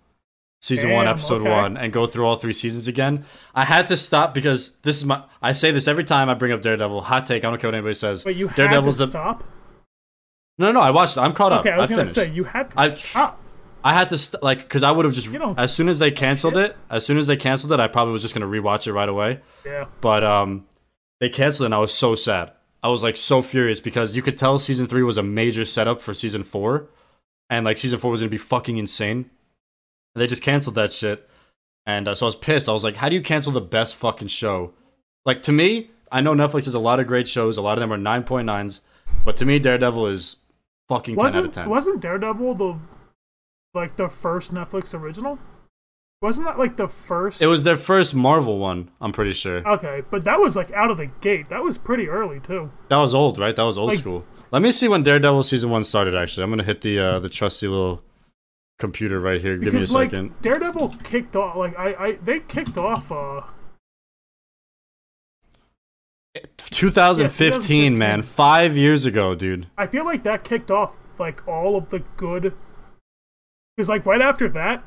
Season one, Damn, episode okay. one, and go through all three seasons again. I had to stop because this is my. I say this every time I bring up Daredevil. Hot take. I don't care what anybody says. but you had Daredevil's to the. stop. No, no, I watched it. I'm caught okay, up. I was gonna finished. say you had to I- stop. I had to st- like because I would have just You don't- as soon as they canceled it, as soon as they canceled it, I probably was just gonna rewatch it right away. Yeah, But um, they canceled it, and I was so sad. I was like so furious because you could tell season three was a major setup for season four, and like season four was gonna be fucking insane. And they just canceled that shit, and uh, so I was pissed. I was like, how do you cancel the best fucking show? Like to me, I know Netflix has a lot of great shows. A lot of them are nine point nines, but to me, Daredevil is fucking ten out of wasn't ten. wasn't Daredevil the like the first Netflix original? Wasn't that like the first? It was their first Marvel one, I'm pretty sure. okay, but that was like out of the gate. That was pretty early too. That was old, right? That was old Like- school. Let me see when Daredevil season one started. Actually, I'm gonna hit the uh, the trusty little computer right here. Give me a because like second. Daredevil kicked off like I, I they kicked off uh 2015, man, five years ago, dude. I feel like that kicked off like all of the good because like right after that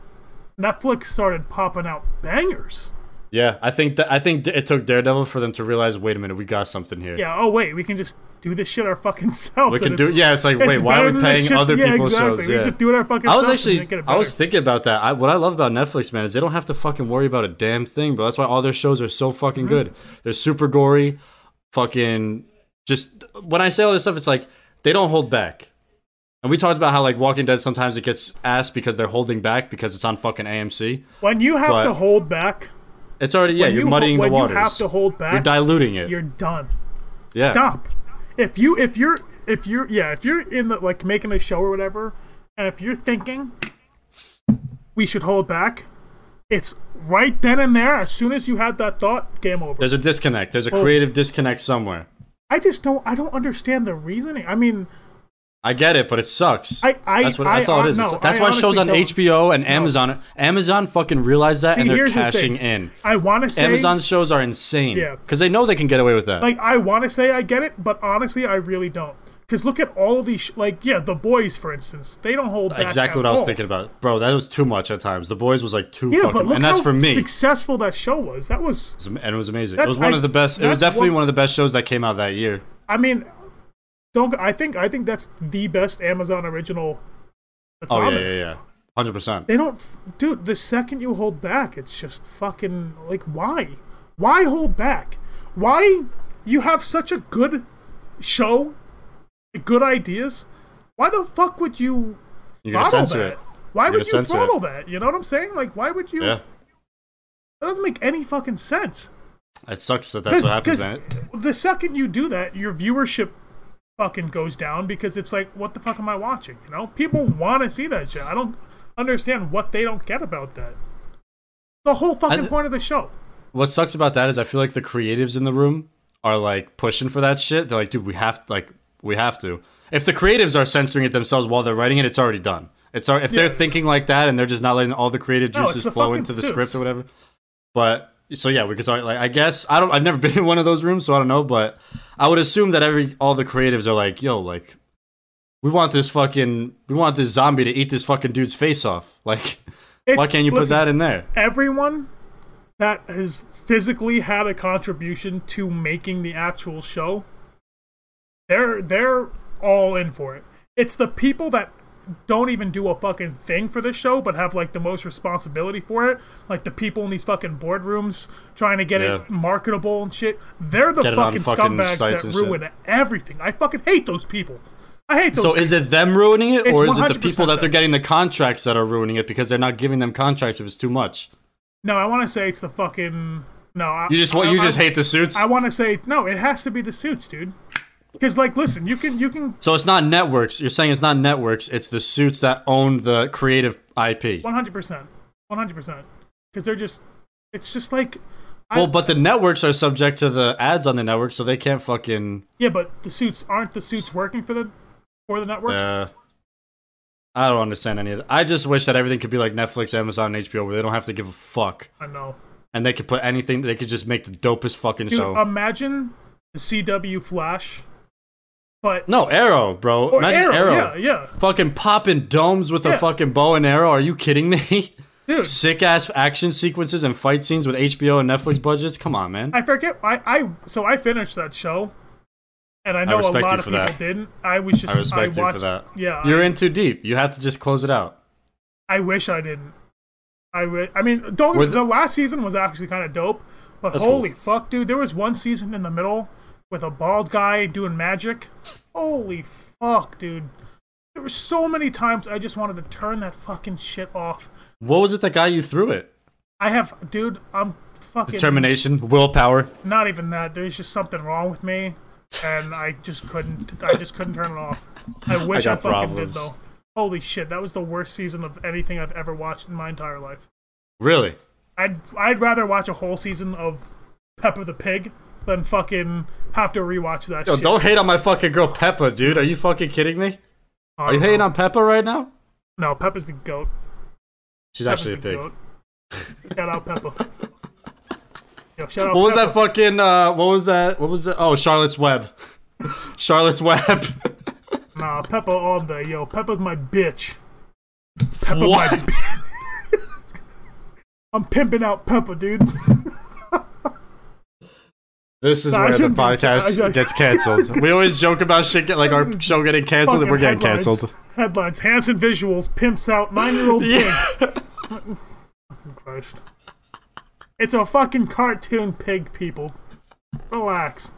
Netflix started popping out bangers. Yeah, I think that I think d- it took Daredevil for them to realize. Wait a minute, we got something here. Yeah, oh wait, we can just do this shit our fucking selves. we can and do. it's- Yeah, it's like, it's wait, why better are we than the paying shit- other yeah, people's exactly. shows? We Yeah. just do it our fucking I was selves and actually, make it I was better. thinking about that. I, what I love about Netflix, man, is they don't have to fucking worry about a damn thing, bro. That's why all their shows are so fucking Mm-hmm. good. They're super gory, fucking. Just when I say all this stuff, it's like they don't hold back. And we talked about how like Walking Dead sometimes it gets ass because they're holding back because it's on fucking AMC. when you have but- to hold back, It's already yeah, when you're you, muddying when the waters. you have to hold you're back, diluting it. you're done. yeah. stop. If you if you're if you're yeah, if you're in the like making a show or whatever, and if you're thinking we should hold back, It's right then and there. As soon as you had that thought, game over. There's a disconnect. There's a creative disconnect somewhere. I just don't. I don't understand the reasoning. I mean, I get it, but it sucks. I- I- that's, what, that's I- all it I- is. no, that's I why shows honestly on don't. HBO and Amazon. Amazon fucking realized that see, and they're here's cashing the thing. in. I want to say Amazon shows are insane. Yeah. Because they know they can get away with that. like I want to say I get it, but honestly, I really don't. Because look at all of these, sh- like yeah, the boys, for instance, they don't hold back exactly at what I was all. thinking about. Bro, that was too much at times. The boys was like too oh. Yeah, fucking but look and that's how for me. successful that show was. That was, and it was amazing. It That's- was one I- of the best. It was that's definitely one- one of the best shows that came out that year. I mean, don't I think I think that's the best Amazon original. That's Oh on yeah, there. yeah, yeah, hundred percent. They don't, f- dude. The second you hold back, it's just fucking like why? Why hold back? Why you have such a good show, good ideas? Why the fuck would you You're gonna throttle censor that? it. Why You're gonna would you censor it. throttle that? You know what I'm saying? Like, why would you? Yeah, That doesn't make any fucking sense. it sucks that that's what happens. Man. the second you do that, your viewership fucking goes down because it's like, what the fuck am I watching? You know, people want to see that shit. I don't understand what they don't get about that. The whole fucking th- point of the show. What sucks about that is I feel like the creatives in the room are like pushing for that shit. They're like, dude, we have like we have to. If the creatives are censoring it themselves while they're writing it, it's already done. It's al- if they're Yeah. thinking like that and they're just not letting all the creative No, it's juices the flow fucking into the suits. script or whatever. But so yeah, we could talk like I guess I don't I've never been in one of those rooms, so I don't know, but I would assume that every all the creatives are like, yo, like we want this fucking we want this zombie to eat this fucking dude's face off. Like why It's- can't you put listen, that in there? Everyone that has physically had a contribution to making the actual show, they're they're all in for it. It's the people that don't even do a fucking thing for this show, but have like the most responsibility for it. Like the people in these fucking boardrooms trying to get Yeah. it marketable and shit. They're the Get it on fucking, fucking scumbags sites that and shit. ruin everything. I fucking hate those people. I hate those. So is it them ruining it, It's or is it the 100% people that they're them. getting the contracts that are ruining it because they're not giving them contracts if it's too much? no, I want to say it's the fucking. No, I, You just want I- you I- just hate the suits. I want to say no. It has to be the suits, dude. Because like, listen, you can you can so it's not networks. You're saying it's not networks. It's the suits that own the creative IP. one hundred percent, one hundred percent. Because they're just, it's just like, I- Well, but the networks are subject to the ads on the network, so they can't fucking. yeah, but the suits aren't the suits working for the for the networks. Uh, I don't understand any of that. I just wish that everything could be like Netflix, Amazon, and HBO, where they don't have to give a fuck, I know, and they could put anything. They could just make the dopest fucking dude. um, show. Imagine the CW Flash, but no, Arrow, bro. or Imagine Oh, Arrow, Arrow. yeah, yeah, fucking popping domes with a Yeah. fucking bow and arrow. Are you kidding me? dude. Sick ass action sequences and fight scenes with HBO and Netflix budgets. Come on, man. I forget. I I so I finished that show, and I know a respect you lot of for people that. didn't. I was just I respect you watched, for that. Yeah, I- You're in too deep. You have to just close it out. I wish I didn't. I wi- I mean, don't. Were The, the- last season was actually kind of dope, but That's holy fuck, dude! There was one season in the middle with a bald guy doing magic. Holy fuck, dude! There were so many times I just wanted to turn that fucking shit off. What was it that got you through it? I have, dude. I'm fucking Determination, willpower. not even that. There's just something wrong with me, and I just couldn't. I just couldn't turn it off. I wish I, got fucking problems. did though. Holy shit, that was the worst season of anything I've ever watched in my entire life. Really? I'd I'd rather watch a whole season of Peppa the Pig than fucking have to rewatch that Yo, shit. don't hate on my fucking girl Peppa, dude. Are you fucking kidding me? I Are don't you hating know. on Peppa right now? No, Peppa's the goat. She's Peppa's actually a the pig. goat. shout out Peppa. Yo, shout out. What was that Peppa. fucking? Uh, what was that? What was that? Oh, Charlotte's Web. Charlotte's Web. Nah, Peppa all day. Yo, Peppa's my bitch. Peppa my. what? I'm pimping out Peppa, dude. This is No, I where the shouldn't be podcast upset. I- I- gets canceled. we always joke about shit, get, like our show getting canceled, and Fucking we're getting headlines. canceled. Headlines: Hanson Visuals pimps out nine-year-old Yeah. pig. Christ. It's a fucking cartoon pig, people. Relax.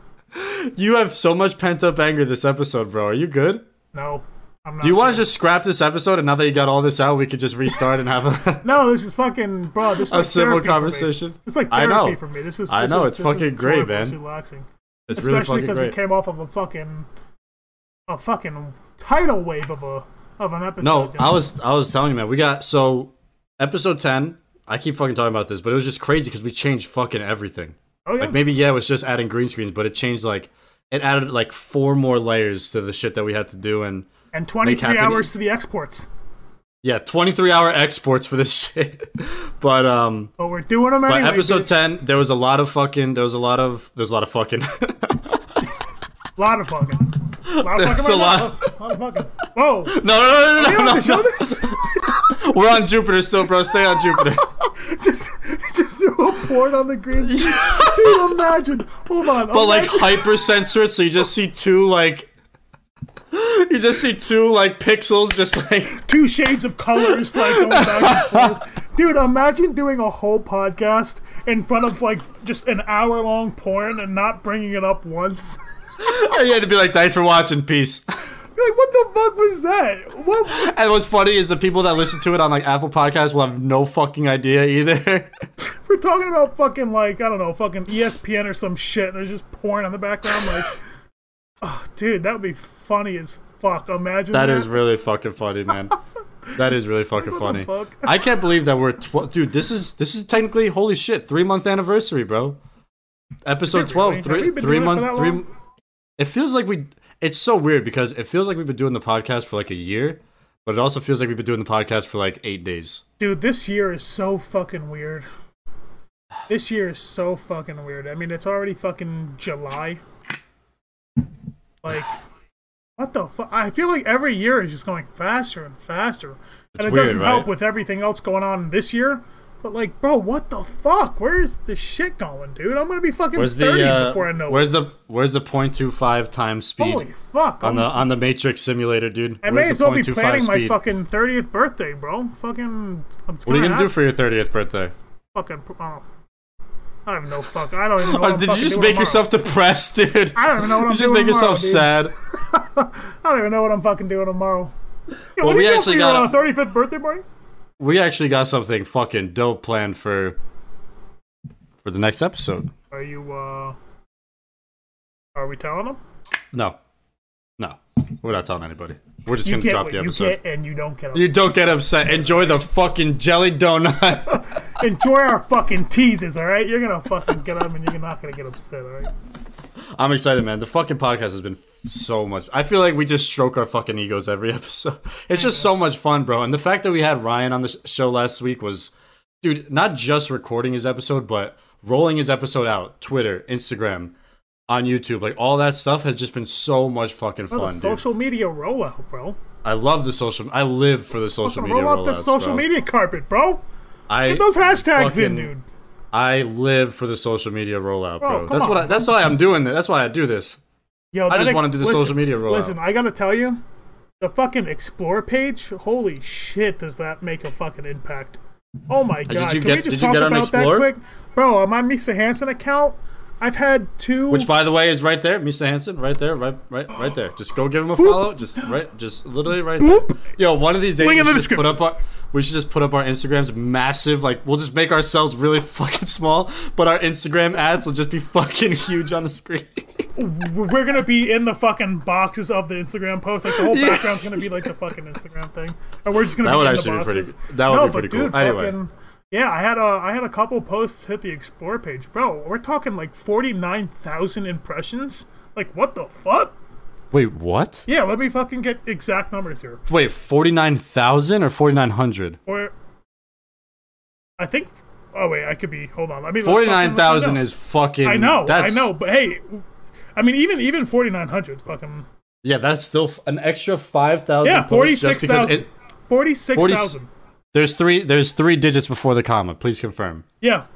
You have so much pent up anger this episode, bro. Are you good? No, I'm not. Do you want to just scrap this episode, and now that you got all this out, we could just restart and have a, No, this is fucking, bro. This is a like civil therapy for me. conversation? It's like I therapy know. for me. This is. I this know, is- it's this is fucking great, enjoyable. man. It's relaxing, It's really especially fucking because we great. came off of a fucking, a fucking tidal wave of a of an episode. No, you know? I was I was telling you, man. We got so episode ten. I keep fucking talking about this, but it was just crazy because we changed fucking everything. Oh yeah. Like maybe yeah, it was just adding green screens, but it changed like it added like four more layers to the shit that we had to do, and and 23 happen- hours to the exports. yeah, twenty three hour exports for this shit. but um, But we're doing them anyway. But episode bitch. ten, there was a lot of fucking. There was a lot of. There's a lot of fucking. lot of fucking. Lot of There's fucking. a right lot- now. lot of fucking. Whoa. no, no, no, no, You have no, to no, show no. this? We're on Jupiter still, bro. Stay on Jupiter. just, just do a port on the green screen. Dude, imagine. Hold on. But like hyper censor it, so you just see two like. You just see two like pixels, just like two shades of colors like going back and forth. Dude, imagine doing a whole podcast in front of like just an hour long porn and not bringing it up once. you had to be like, "Thanks for watching, peace." You're like, what the fuck was that? What? And what's funny is the people that listen to it on like Apple Podcasts will have no fucking idea either. We're talking about fucking like I don't know, fucking E ESPN or some shit. And there's just porn on the background. Like, oh, dude, that would be funny as fuck. Imagine that, That is really fucking funny, man. That is really fucking What funny. the fuck? I can't believe that we're tw- dude. This is this is technically holy shit. Three month anniversary, bro. Episode Is it really? twelve. Have Three we been three doing it for months. that Three. long? It feels like we. It's so weird because it feels like we've been doing the podcast for like a year, but it also feels like we've been doing the podcast for like eight days. Dude, this year is so fucking weird. This year is so fucking weird. I mean, it's already fucking July. Like, what the fuck? I feel like every year is just going faster and faster. It's and it weird, doesn't help right? with everything else going on this year. But, like, bro, what the fuck? Where's the shit going, dude? I'm gonna be fucking Where's 30 the uh, before I know it. Where's the where's the point two five times speed Holy fuck. on I'm- the on the matrix simulator, dude? I Where's may the as well be 0.25 planning my speed? fucking 30th birthday, bro. Fucking. I'm What are you gonna do for your thirtieth birthday? fucking. Oh, I have no fuck. I don't even know. What Oh, I'm did fucking you just doing make tomorrow. yourself depressed, dude? I don't even know what I'm You just doing make yourself tomorrow, sad. dude. I don't even know what I'm fucking doing tomorrow. Yeah, what do we you do actually for got your a- uh, 35th birthday party? We actually got something fucking dope planned for for the next episode. Are you? uh... Are we telling them? No, no, we're not telling anybody. We're just You gonna get drop what the you episode. get, and you don't get. 'em. You don't get upset. Enjoy the fucking jelly donut. Enjoy our fucking teases, all right? You're gonna fucking get them, and you're not gonna get upset, all right? I'm excited, man. The fucking podcast has been so much. I feel like we just stroke our fucking egos every episode. It's just so much fun, bro. And the fact that we had Ryan on the sh- show last week was, dude, not just recording his episode, but rolling his episode out, Twitter, Instagram, on YouTube, like all that stuff has just been so much fucking The fun, dude. social media rollout, bro. I love the social. I live for the social media. Roll out the rollouts, social bro. media carpet, bro. I Get those hashtags fucking- in, dude. I live for the social media rollout, bro. come that's what. on. I, that's why I'm doing this. That's why I do this. Yo, I that just ex- wanna do the social media rollout. Listen, I gotta tell you, the fucking explore page. Holy shit, does that make a fucking impact? Oh my god! you Can get- we just did you talk get on about Explore? that quick, bro? On my Misa Hansen account, I've had two. Which, by the way, is right there, Mr. Hansen, right there, right, right, right there. Just go give him a follow. Just right, just literally right there. Yo, one of these days, Link we in the should just put description. up our, we should just put up our Instagrams massive. Like, we'll just make ourselves really fucking small, but our Instagram ads will just be fucking huge on the screen. we're gonna be in the fucking boxes of the Instagram post. Like the whole Yeah. background's gonna be like the fucking Instagram thing, and we're just gonna That be would in actually the be pretty- boxes. that would no, be pretty but cool. Dude, Anyway. fucking, yeah, I had a I had a couple posts hit the explore page, bro. We're talking like forty nine thousand impressions. Like what the fuck? Wait, what? Yeah, let me fucking get exact numbers here. Wait, forty nine thousand or forty nine hundred? Or I think. Oh wait, I could be. Hold on. Let me. let's Forty nine fucking- thousand is fucking. I know. That's, I know. But hey, I mean, even even forty nine hundred, fucking Yeah, that's still f- an extra five thousand. Yeah, 46,000. forty six thousand. There's three. There's three digits before the comma. Please confirm. Yeah.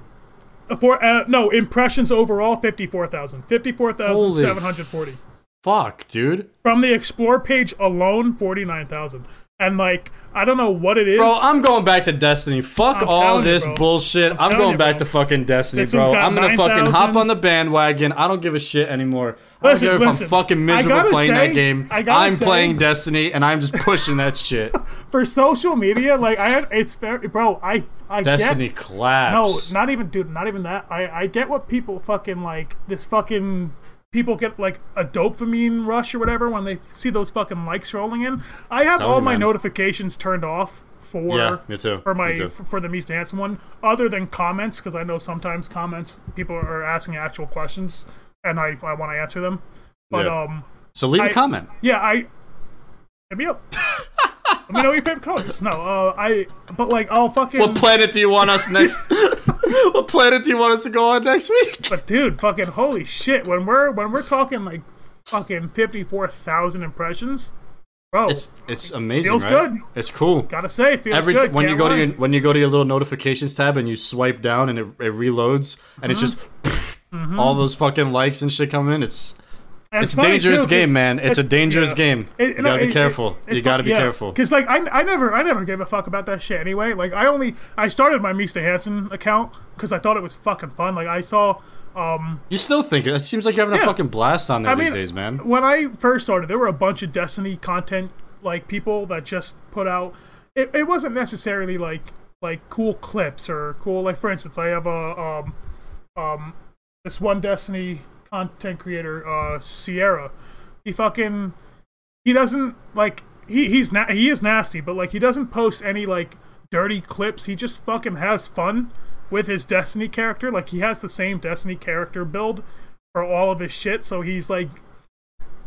Uh, For uh, no impressions overall, fifty four thousand. Fifty four thousand seven hundred forty. Fuck, dude. From the explore page alone, forty nine thousand. And like, I don't know what it is. Bro, I'm going back to Destiny. Fuck I'm all telling you, this bro. bullshit. I'm, telling going you, back bro. to fucking Destiny, This one's bro. got I'm gonna fucking 9,000. hop on the bandwagon. I don't give a shit anymore. Listen, I don't care listen. if I'm fucking I miserable gotta playing say- that game. I gotta I'm say- playing Destiny and I'm just pushing that shit. For social media, like I, it's fair, bro. I, I Destiny get No, claps. not even, dude. Not even that. I, I get what people fucking like. This fucking people get like a dopamine rush or whatever when they see those fucking likes rolling in. I have all my man. notifications turned off for Yeah, me too, for my me too. f- for the Mr. Handsome one, other than comments, because I know sometimes comments people are asking actual questions, and I I want to answer them. But Yeah. um, So leave I- a comment. yeah, I hit me up. Let me know your favorite colors. No, uh, I but like I'll fucking What planet do you want us next? what planet do you want us to go on next week? But dude, fucking holy shit! When we're when we're talking like fucking fifty four thousand impressions, bro, It's it's amazing. Feels right? good. It's cool. gotta say, feels Every good. when you can't go to lie. your when you go to your little notifications tab and you swipe down and it, it reloads and it's Uh-huh. just Mm-hmm. all those fucking likes and shit coming in. It's And it's funny, dangerous too, 'cause game, man. It's a dangerous yeah. game. It- you no, gotta it- be it- careful. it's you fu- gotta be yeah. careful. Cause like I, I never I never gave a fuck about that shit anyway. Like I only I started my Mista Hansen account because I thought it was fucking fun. Like I saw um You still think it? It seems like you're having a Yeah. fucking blast on there I these mean, days, man. When I first started, there were a bunch of Destiny content like people that just put out. It, it wasn't necessarily like like cool clips or cool like for instance, I have a um um this one Destiny content creator uh Sierra. He fucking he doesn't like he he's na- he is nasty, but like he doesn't post any like dirty clips. He just fucking has fun with his Destiny character. Like he has the same Destiny character build for all of his shit, so he's like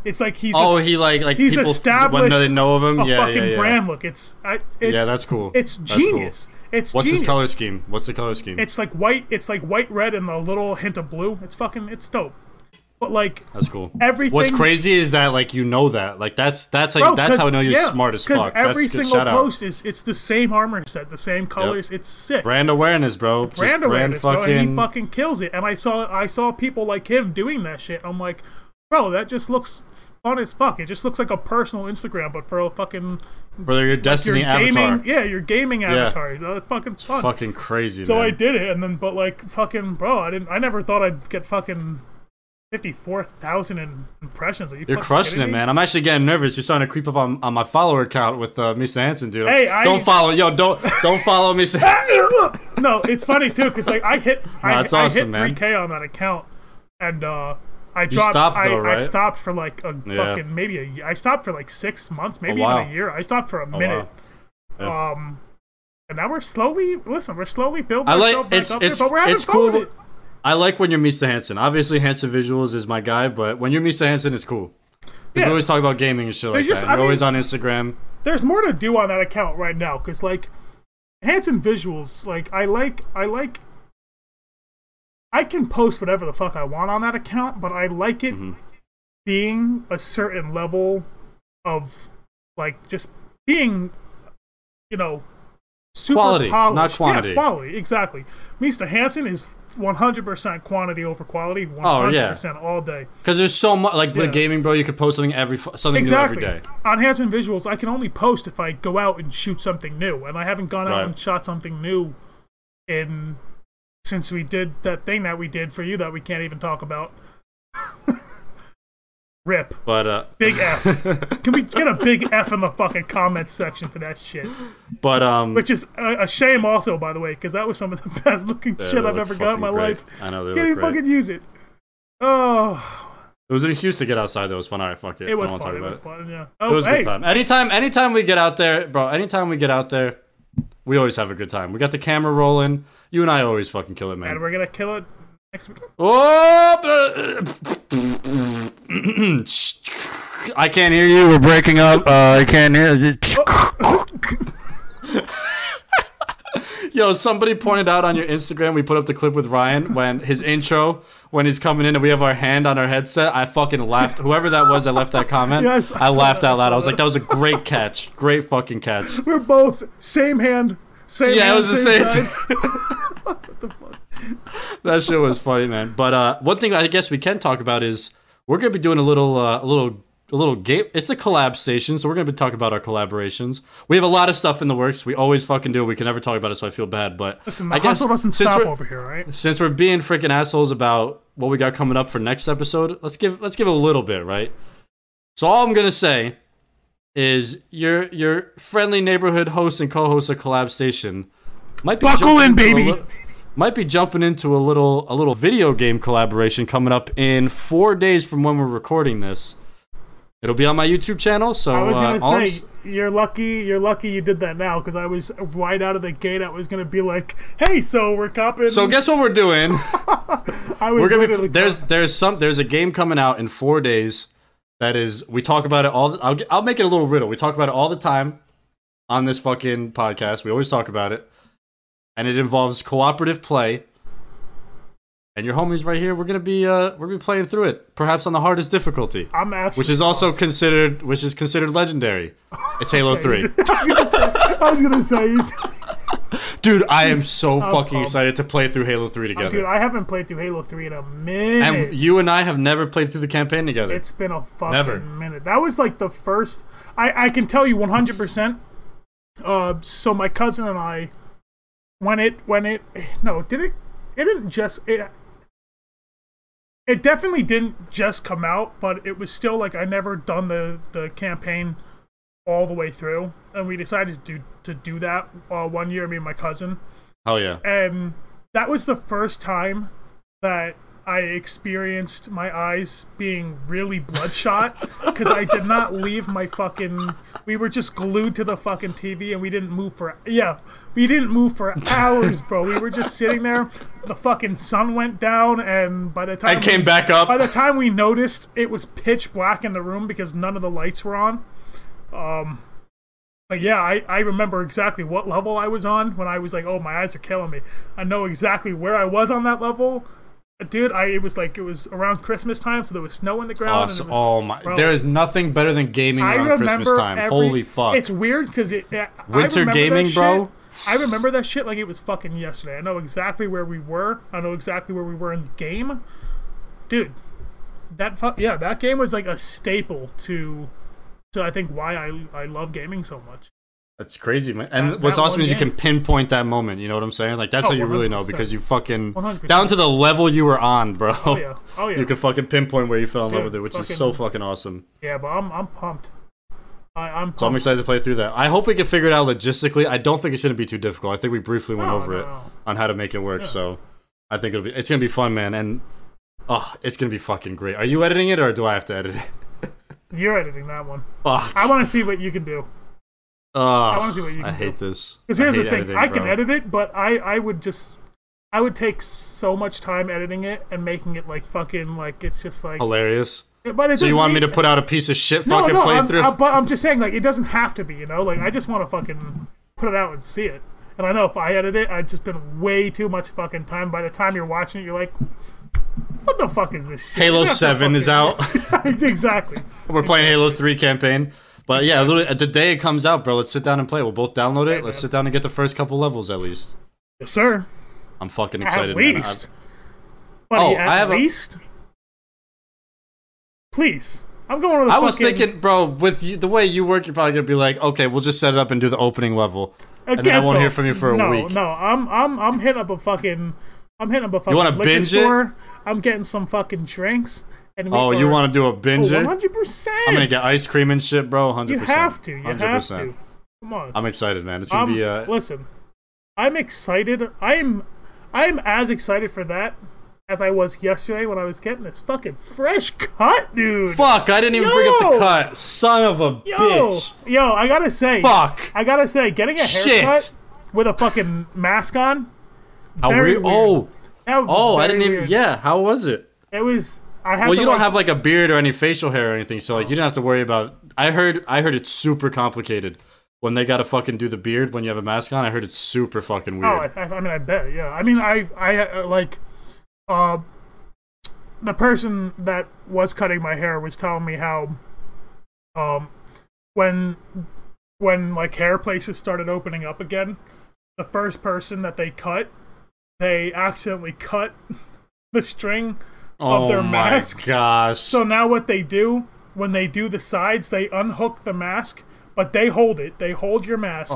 it's like he's Oh, a, he like like he's people when established they know of him. a Yeah, fucking yeah, yeah. brand look. It's I, it's yeah, that's cool. it's That's cool. genius. It's What's genius. his color scheme? What's the color scheme? It's like white. It's like white, red, and a little hint of blue. It's fucking. It's dope. But like, That's cool. Everything- What's crazy is that like you know that like that's that's like bro, that's how I 'cause- know you're yeah, smart as 'cause fuck. every that's good. single Shout post is it's the same armor set, the same colors. It's sick. out. Brand awareness, bro. Just brand awareness, Brand bro, and fucking. he fucking kills it. And I saw I saw people like him doing that shit. I'm like, bro, that just looks fun as fuck. It just looks like a personal Instagram, but for a fucking brother, your your Destiny gaming, avatar. yeah, your gaming avatar. That's fucking fun. Fucking crazy. So man. I did it, and then but like fucking bro, I didn't. I never thought I'd get fucking fifty four thousand impressions. Are you You're fucking crushing it, kidding me? man. I'm actually getting nervous. You're starting to creep up on, on my follower count with uh, Misa Hansen, dude. Hey, I- don't follow, yo, don't don't follow Misa. Hansen. no, it's funny too because like I hit, I, that's I awesome, man. hit 3k on that account, and uh, I dropped. stopped, I, though, I right? stopped for like a Yeah. Oh, fucking maybe a. y- I stopped for like six months, maybe wow. Oh, even a year. I stopped for a wow. minute. Um, and now we're slowly listen. We're slowly building. I like ourselves back it's up it's there, but we're having it's fun cool. with it. I like when you're Misa Hansen. Obviously, Hansen Visuals is my guy, but when you're Misa Hansen, it's cool. 'Cause Yeah. We always talk about gaming and shit like just- that. I You're always mean- on Instagram. there's more to do on that account right now because like handsome visuals like i like i like i can post whatever the fuck i want on that account but i like it Mm-hmm. being a certain level of like just being you know super Quality, not polished. Yeah, quantity. quality exactly mr hansen is 100% quantity over Oh, quality 100% all day Because there's so much, like Yeah. with gaming, bro, you could post something every fu- something exactly. new every day. On Hanson Visuals, I can only post if I go out and shoot something new, and I haven't gone out Right. and shot something new in since we did that thing that we did for you that we can't even talk about. Rip. But uh, Big F. Can we get a big F in the fucking comments section for that shit? but um, Which is a, a shame, also, by the way, because that was some of the best looking yeah, shit they I've look ever got fucking in my great. life. I know they Can't even look great. fucking use it. Oh, It was an excuse to get outside. That was fun. All right, fuck it. I it was don't wanna talk fun. It about was it. fun. Yeah. Oh, It was a hey, good time. Anytime, anytime we get out there, bro. Anytime we get out there, we always have a good time. We got the camera rolling. You and I always fucking kill it, and man. we're gonna kill it next week. Oh, I can't hear you. We're breaking up. Uh, I can't hear. Yo, somebody pointed out on your Instagram. We put up the clip with Ryan when his intro, when he's coming in, and we have our hand on our headset. I fucking laughed. Whoever that was that left that comment, Yes, I I, saw laughed that, I out loud. saw I was like, that. "That was a great catch. Great fucking catch." We're both same hand, same. Yeah, hand, it was the same. side. that shit was funny, man. But uh, one thing I guess we can talk about is we're gonna be doing a little, uh, a little, a little game. It's a collab station, so we're gonna be talking about our collaborations. We have a lot of stuff in the works. We always fucking do. We can never talk about it, so I feel bad. But Listen, the I guess hustle doesn't since stop we're- over here, right? since we're being freaking assholes about what we got coming up for next episode, let's give let's give it a little bit, right? So all I'm gonna say is your your friendly neighborhood host and co-host of Collab Station might be jumping Buckle in, into a baby. li- might be jumping into a little a little video game collaboration coming up in four days from when we're recording this. It'll be on my YouTube channel. So I was uh, gonna all I'm say s- you're lucky. You're lucky you did that now because I was right out of the gate. I was gonna be like, "Hey, so we're copping." so guess what we're doing? I was We're gonna be literally there's there's some there's a game coming out in four days. That is, we talk about it all. The, I'll get- I'll make it a little riddle. We talk about it all the time on this fucking podcast. We always talk about it, and it involves cooperative play. And your homies right here, we're gonna be uh we're gonna be playing through it, perhaps on the hardest difficulty, I'm actually. which is also considered which is considered legendary. It's Halo Three, I was gonna say, dude. I am so fucking pumped. excited to play through Halo Three together. Oh, dude, I haven't played through Halo Three in a minute. and you and I have never played through the campaign together. It's been a fucking Never. minute. That was like the first. I I can tell you 100. percent Uh, so my cousin and I, when it when it no, did it? It didn't just it. It definitely didn't just come out, but it was still like I never done the the campaign all the way through, and we decided to do to do that uh, one year. Me and my cousin, Hell yeah. and that was the first time that I experienced my eyes being really bloodshot because I did not leave my fucking. We were just glued to the fucking TV and we didn't move for. Yeah, we didn't move for hours, bro. We were just sitting there. The fucking sun went down, and by the time I came we- back up. by the time we noticed, it was pitch black in the room because none of the lights were on. Um, but yeah, I, I remember exactly what level I was on when I was like, oh, my eyes are killing me. I know exactly where I was on that level. Dude, I it was like it was around Christmas time, so there was snow in the ground. Awesome. and it Oh was, my! bro. There is nothing better than gaming I around remember Christmas time. every- Holy fuck! It's weird because it I- I Winter remember that gaming, bro? shit- I remember that shit like it was fucking yesterday. I know exactly where we were. I know exactly where we were in the game, dude. That fu- yeah, that game was like a staple to, to I think why I I love gaming so much. That's crazy, man. And That- what's that awesome one is you game. can pinpoint that moment. You know what I'm saying? Like that's Oh, how you really know 100%. because you fucking 100%. down to the level you were on, bro. Oh yeah, oh yeah, You can fucking pinpoint where you fell in love Dude, with it, which is so fucking- fucking awesome. yeah. But I'm I'm pumped. I, I'm pumped. So I'm excited to play through that. I hope we can figure it out logistically. I don't think it shouldn't be too difficult. I think we briefly went No, over it no. on how to make it work. So I think it'll be it's gonna be fun, man. And oh, it's gonna be fucking great. Are you editing it or do I have to edit it? You're editing that one. Fuck. I want to see what you can do. Oh, wanna see what you I can hate this. Because I here's the hate thing, editing, I can bro. edit it, but I I would just I would take so much time editing it and making it like fucking like it's just like. Hilarious. But it's Do Oh, you just want me to put out a piece of shit fucking no, no, I'm, playthrough? I- but I'm just saying like it doesn't have to be, you know. Like I just want to fucking put it out and see it. And I know if I edit it, I've just been way too much fucking time. By the time you're watching it, you're like, what the fuck is this shit? Halo What the 7 fuck is out. exactly. We're playing Halo 3 campaign. But yeah, literally, the day it comes out, bro, let's sit down and play. We'll both download it. Let's sit down and get the first couple levels at least. Yes, sir. I'm fucking At excited. man. least. I- Buddy, Oh, at I have a- least. Please. I'm going to the I, fucking... was thinking, bro, with you, the way you work, you're probably gonna be like, okay, we'll just set it up and do the opening level, and then I Again, won't though, hear from you for a no, week. No, I'm I'm I'm hitting up a fucking I'm hitting up a fucking wanna liquor binge it? store. I'm getting some fucking drinks and we oh, you want to do a binge? one I'm hundred percent gonna get ice cream and shit, bro. 100. You have to, you have to. Come on. I'm excited, man. It's gonna I'm- be. Uh, listen. I'm excited. I'm I'm as excited for that as I was yesterday when I was getting this fucking fresh cut, dude. fuck! I didn't even bring up the Yo! cut. Son of a yo, bitch. yo, I gotta say Fuck. I gotta say, getting a Shit. haircut with a fucking mask on. How Very weird. weird. Oh, That was oh, I very didn't even. weird. Yeah, how was it? It was. I had. Well, to, you don't like- have like a beard or any facial hair or anything, so like you don't have to worry about. I heard, I heard it's super complicated when they gotta fucking do the beard when you have a mask on. I heard it's super fucking weird. Oh, I, I I mean, I bet. Yeah. I mean, I, I uh, like, uh, the person that was cutting my hair was telling me how, um, when, when like hair places started opening up again, the first person that they cut, they accidentally cut the string oh their my mask. gosh! So now what they do when they do the sides, they unhook the mask, but they hold it. They hold your mask.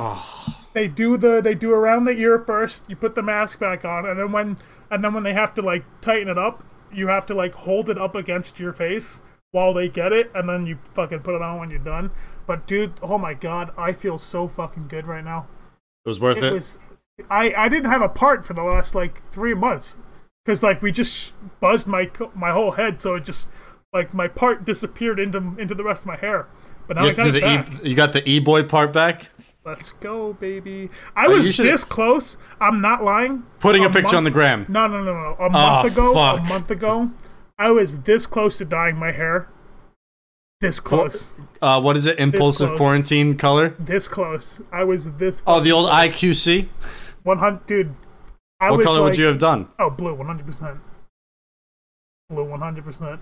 They do the they do around the ear first. You put the mask back on, and then when and then when they have to like tighten it up, you have to like hold it up against your face while they get it, and then you fucking put it on when you're done. But dude, oh my god, I feel so fucking good right now. it was worth it. It was I I didn't have a part for the last like three months because like we just buzzed my co- my whole head, so it just like my part disappeared into into the rest of my hair. But now You, I have to got do it the back. e- you got the e boy part back. Let's go, baby. I Uh, you was should- this close. I'm not lying. Putting a picture month- on the gram. Ah, No, no, no, no. A month ago, fuck. a month ago, I was this close to dyeing my hair. This close. Uh, what is it? Impulsive close. quarantine color. This close. I was this Oh, the old IQC. one hundred dude. I What was color like, would you have done? Oh, blue, one hundred percent. Blue, one hundhundred percent.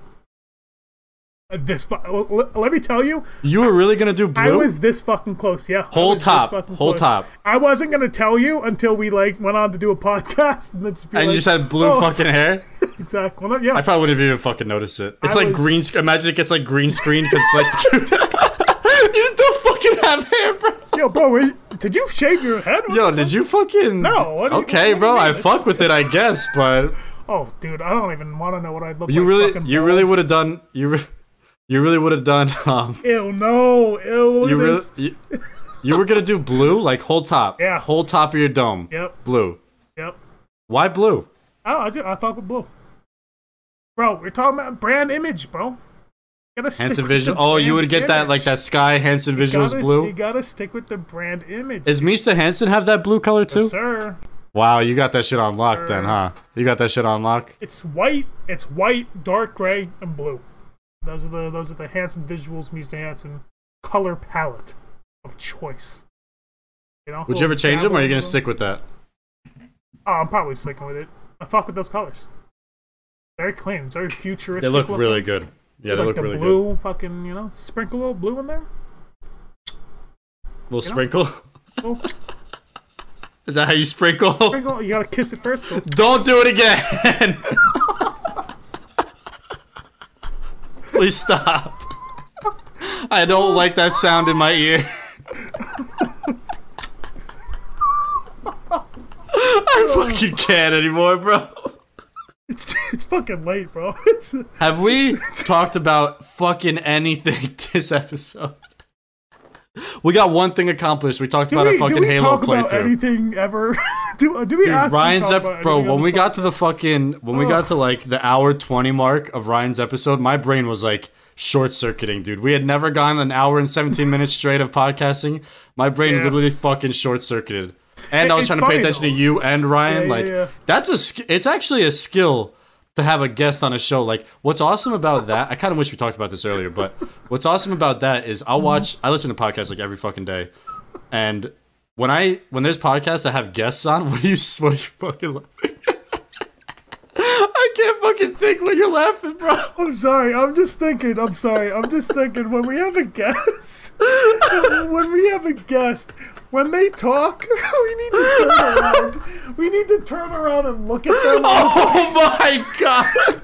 Uh, This fu- l- l- let me tell you, You were really gonna do blue? I was this fucking close. Yeah, I Whole was this top, fucking whole close. top. I wasn't gonna tell you until we like went on to do a podcast, and then just be and like, you just had blue oh, fucking hair. exactly. Well, yeah, I probably wouldn't have even fucking noticed it. It's I like was- green. sc- Imagine it gets like green screen because it's like, you don't fucking have hair, bro. yo, bro, were you, did you shave your head? What Yo, the did you fucking? No, what do you- okay, what do you bro. mean? I It's fuck with it, I guess. But fuck? Oh, dude, I don't even want to know what I look you like. really, fucking you bald. really would have done. You, re- you really would have done. Um, Ew, no, ew. you You really, you, you were gonna do blue, like whole top. Yeah. Whole top of your dome. Yep, Blue. yep. Why blue? Oh, I just I thought with blue. Bro, we're talking about brand image, bro. Gotta stick Hanson with Vision. the Oh, you brand would get that image. like that sky Hanson Vision was Gotta- You blue. gotta stick with the brand image, Is Misa Hansen have that blue color too? sir. Wow, you got that shit on lock then, Sir. huh? You got that shit on lock. It's white. It's white, dark gray, and blue. Those are the those are the Hanson visuals, Mr. Hanson color palette of choice. You know. Would you ever change them, or are you gonna stick? stick with that? Oh, I'm probably sticking with it. I fuck with those colors. Very clean. It's very futuristic. They look looking. really good. Yeah, they like look the really good. blue, fucking, you know, sprinkle a little blue in there. Little sprinkle. Little Is that how you sprinkle? sprinkle. Oh, You gotta kiss it first. Oh, though. Don't do it again. Please stop. I don't like that sound in my ear. I fucking can't anymore, bro. It's, it's fucking late, bro. It's, Have we talked about fucking anything this episode? We got one thing accomplished. We talked do about we, a fucking do we Halo talk about playthrough. anything ever? do, do we Dude, actually Ryan's talk up, about bro. anything When on we this got to the fucking, when we got to like the hour twenty mark of Ryan's episode, my brain was like short circuiting, dude. We had never gone an hour and seventeen minutes straight of podcasting. My brain Yeah. literally fucking short circuited, and It- I was it's trying to pay funny, attention though. to you and Ryan. Yeah, yeah, like yeah. that's a, sk- it's actually a skill to have a guest on a show. Like what's awesome about that? I kind of wish we talked about this earlier, but what's awesome about that is Mm-hmm. I'll watch, I listen to podcasts like every fucking day, and when I when there's podcasts that have guests on, what are you what are you fucking laughing? I can't fucking think when you're laughing, bro. I'm sorry. I'm just thinking. I'm sorry. I'm just thinking. When we have a guest, when we have a guest, when they talk, we need to turn around. We need to turn around and look at them. Oh my god!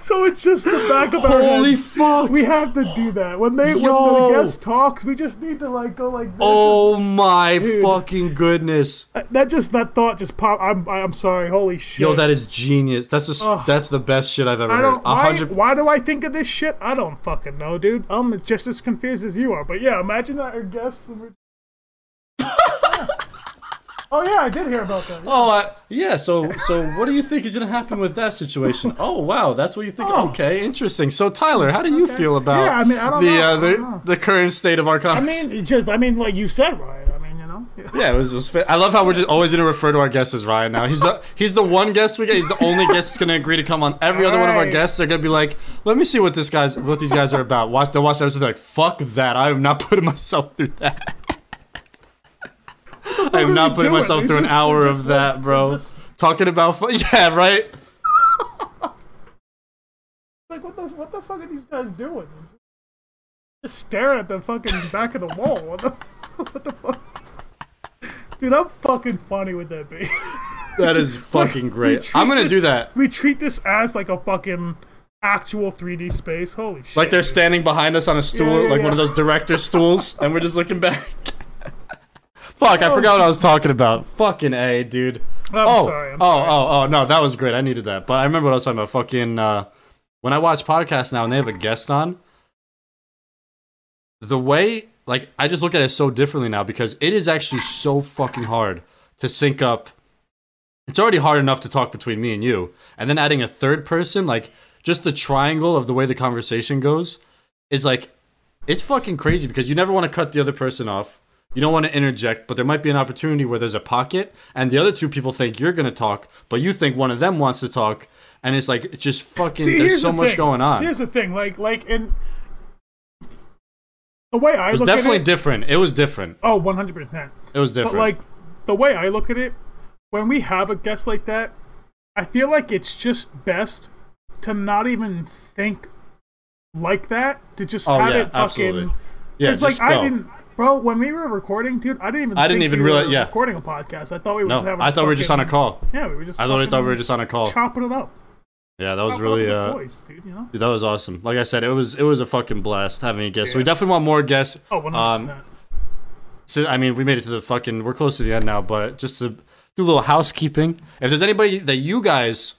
So it's just the back of our Holy heads. fuck! We have to do that when they Yo. when the guest talks. We just need to like go like this. Oh my fucking goodness! That just that thought just popped. I'm I'm sorry. Holy shit. Yo, that is genius. That's the s Ugh. that's the best shit I've ever I heard. don't. A Why, hundred. why do I think of this shit? I don't fucking know, dude. I'm just as confused as you are. But yeah, imagine that our guests. and we're- oh yeah, I did hear about that. Yeah. Oh I, yeah. So so, what do you think is gonna happen with that situation? Oh wow, that's what you think. Oh. Okay, interesting. So Tyler, how do you feel about Yeah, I mean, I don't the know. Uh, I the don't know. the current state of our I conversation? mean, it just I mean, like you said, Ryan. I mean, you know. Yeah, it was. It was fa- I love how we're just always gonna refer to our guests as Ryan now. He's the he's the one guest we get. He's the only guest that's gonna agree to come on. Every other one of our Right. guests, they're gonna be like, "Let me see what this guys, what these guys are about." Watch they'll watch the episode. They're like, "Fuck that! I am not putting myself through that. I am are not they putting doing? myself They through an just- hour they of just like- that, they bro." just- Talking about, fu- yeah, right. Like what the what the fuck are these guys doing? Just staring at the fucking back of the wall. What the what the fuck? Dude, I'm fucking funny with that bitch. That is fucking great. I'm gonna do that. We treat this as like a fucking actual 3D space. Holy shit! Like they're standing behind us on a stool, Yeah, yeah, like one of yeah. those director stools, and we're just looking back. Fuck, I forgot what I was talking about. Fucking A, dude. I'm oh, sorry. I'm oh, sorry. oh, oh, no, that was great. I needed that. But I remember what I was talking about. Fucking, uh, when I watch podcasts now and they have a guest on, the way, like, I just look at it so differently now because it is actually so fucking hard to sync up. It's already hard enough to talk between me and you. And then adding a third person, like, just the triangle of the way the conversation goes is like it's fucking crazy because you never want to cut the other person off. You don't want to interject, but there might be an opportunity where there's a pocket and the other two people think you're going to talk, but you think one of them wants to talk and it's like it's just fucking See, there's here's so the much thing. going on. Here's the thing, like like in the way I It was look definitely at it. different. It was different. oh, one hundred percent. It was different. But like the way I look at it, when we have a guest like that, I feel like it's just best to not even think like that. To just oh have yeah, it fucking. absolutely. Yeah, it's like just go. I didn't, bro. When we were recording, dude, I didn't even. I didn't think even we realize- were yeah. recording a podcast. I thought we were just No, having. I thought we were just on a fucking- call. Yeah, we were just. I literally thought we were fucking just on a call. chopping it up. Yeah, that was Chopping really up uh, the boys, dude. You know. Dude, that was awesome. Like I said, it was it was a fucking blast having a guest. So we definitely want more guests. Oh, 100 Um, percent. so, I mean, we made it to the fucking. We're close to the end now, but just to do a little housekeeping. If there's anybody that you guys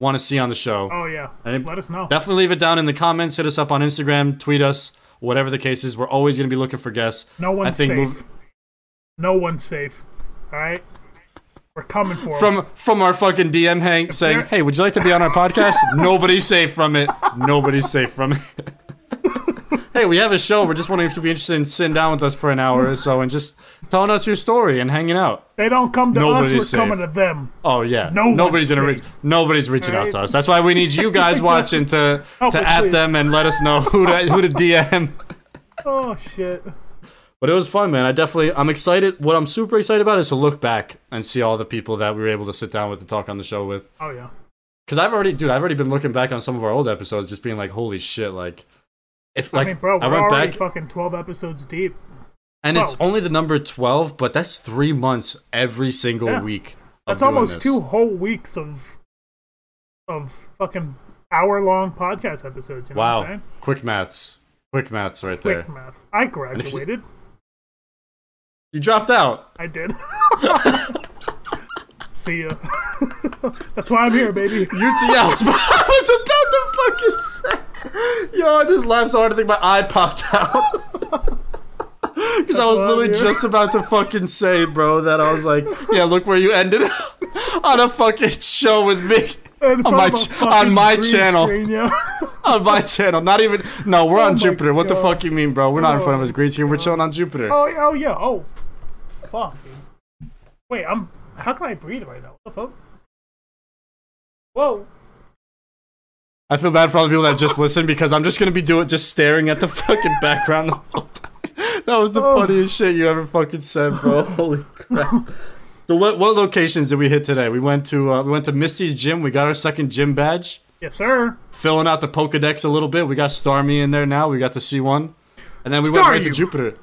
want to see on the show, Oh yeah. and- Let us know. definitely leave it down in the comments. Hit us up on Instagram, tweet us, whatever the case is. We're always gonna be looking for guests. No I one's think safe. move- No one's safe. All right. We're coming for 'em. from from our fucking DM hang saying, they're- "Hey, would you like to be on our podcast?" Nobody's safe from it. Nobody's safe from it. hey, we have a show. We're just wondering if you'd be interested in sitting down with us for an hour or so and just telling us your story and hanging out. They don't come to us. Nobody's We're safe. coming to them. Oh yeah, No one's nobody's gonna reach. safe. Nobody's reaching out Right? to us. That's why we need you guys watching to Help to us, at please. them and let us know who to who to DM. Oh shit. But it was fun, man. I definitely, I'm excited. What I'm super excited about is to look back and see all the people that we were able to sit down with and talk on the show with. Oh yeah. Because I've already, dude, I've already been looking back on some of our old episodes, just being like, "Holy shit!" Like, if like I mean, bro, we're I went already back, fucking twelve episodes deep. and it's bro. only the number twelve, but that's three months every single Yeah. week. Of That's doing almost this. two whole weeks of of fucking hour long podcast episodes. You know what I'm Wow, saying? quick maths, quick maths, right there. Quick maths. I if you- graduated. You dropped out. I did. See ya. That's why I'm here, baby. UTL. I was about to fucking say. Yo, I just laughed so hard. I think my eye popped out. Because I was why I'm literally here. just about to fucking say, bro, that I was like, yeah, look where you ended up on a fucking show with me. In front my of a ch- fucking on my green channel. screen, yeah. on my channel. Not even. No, we're on Oh my Jupiter. What the God. fuck you mean, bro? We're not in front of Oh his green screen. We're chilling on Jupiter. oh yeah. Oh yeah. Oh. Fuck. dude. Wait, I'm. How can I breathe right now? What the fuck? Whoa. I feel bad for all the people that just listened because I'm just gonna be doing just staring at the fucking background the whole time. That was the Oh. funniest shit you ever fucking said, bro. Holy crap. So what what locations did we hit today? We went to uh, we went to Misty's gym. We got our second gym badge. Yes, sir. Filling out the Pokedex a little bit. We got Starmie in there now. We got to see one. And then we went right to Staryu. Jupiter.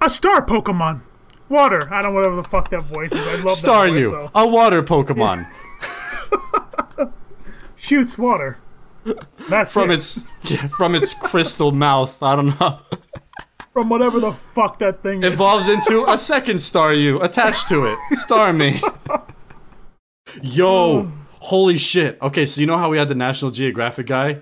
A star Pokemon. Water. I don't know whatever the fuck that voice is. I love that voice, Staryu, though. a water Pokemon. Shoots water. That's From it. its yeah, from its crystal mouth. I don't know. from whatever the fuck that thing is. evolves into a second star you attached to it. Star me. Yo, holy shit. Okay, so you know how we had the National Geographic guy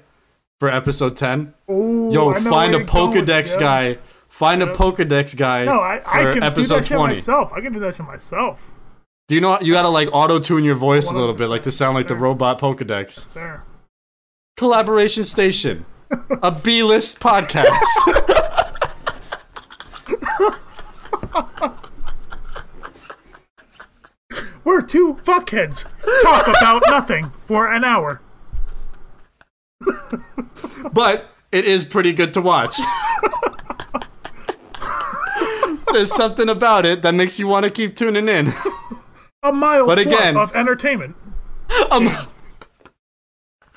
for episode 10? Ooh, Yo, I know find where a you're going, Pokedex yeah. guy. Find a Pokedex guy No, I, I for can do episode that shit 20. myself. I can do that shit myself, Do you know you gotta like auto tune your voice a little bit, like to sound like the 100%. robot Pokedex? sir. Collaboration Station, a B list podcast. We're two fuckheads. Talk about nothing for an hour. but it is pretty good to watch. There's something about it that makes you want to keep tuning in. A mile But forth again- of entertainment. a, mi-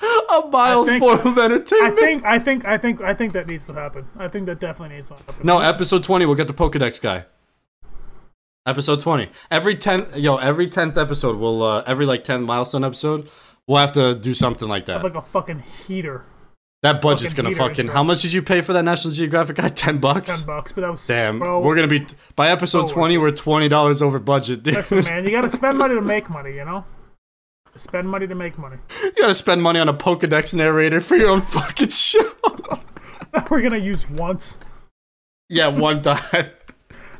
a mile I think- form of I entertainment. think, I think, I think, I think that needs to happen. I think that definitely needs to happen. no, episode 20, we'll get the Pokedex guy. Episode 20. Every 10th, yo, every 10th episode, we'll, uh, every like 10 milestone episode, we'll have to do something like that. like a fucking heater. that budget's fucking gonna heater fucking, intro. how much did you pay for that National Geographic guy? 10 bucks? Ten bucks, but that was Damn, Bro, we're gonna be, by episode so 20, we're $20 over budget, dude. Listen, man, you gotta spend money to make money, you know? Spend money to make money. You gotta spend money on a Pokedex narrator for your own fucking show. We're gonna use once. yeah, one time.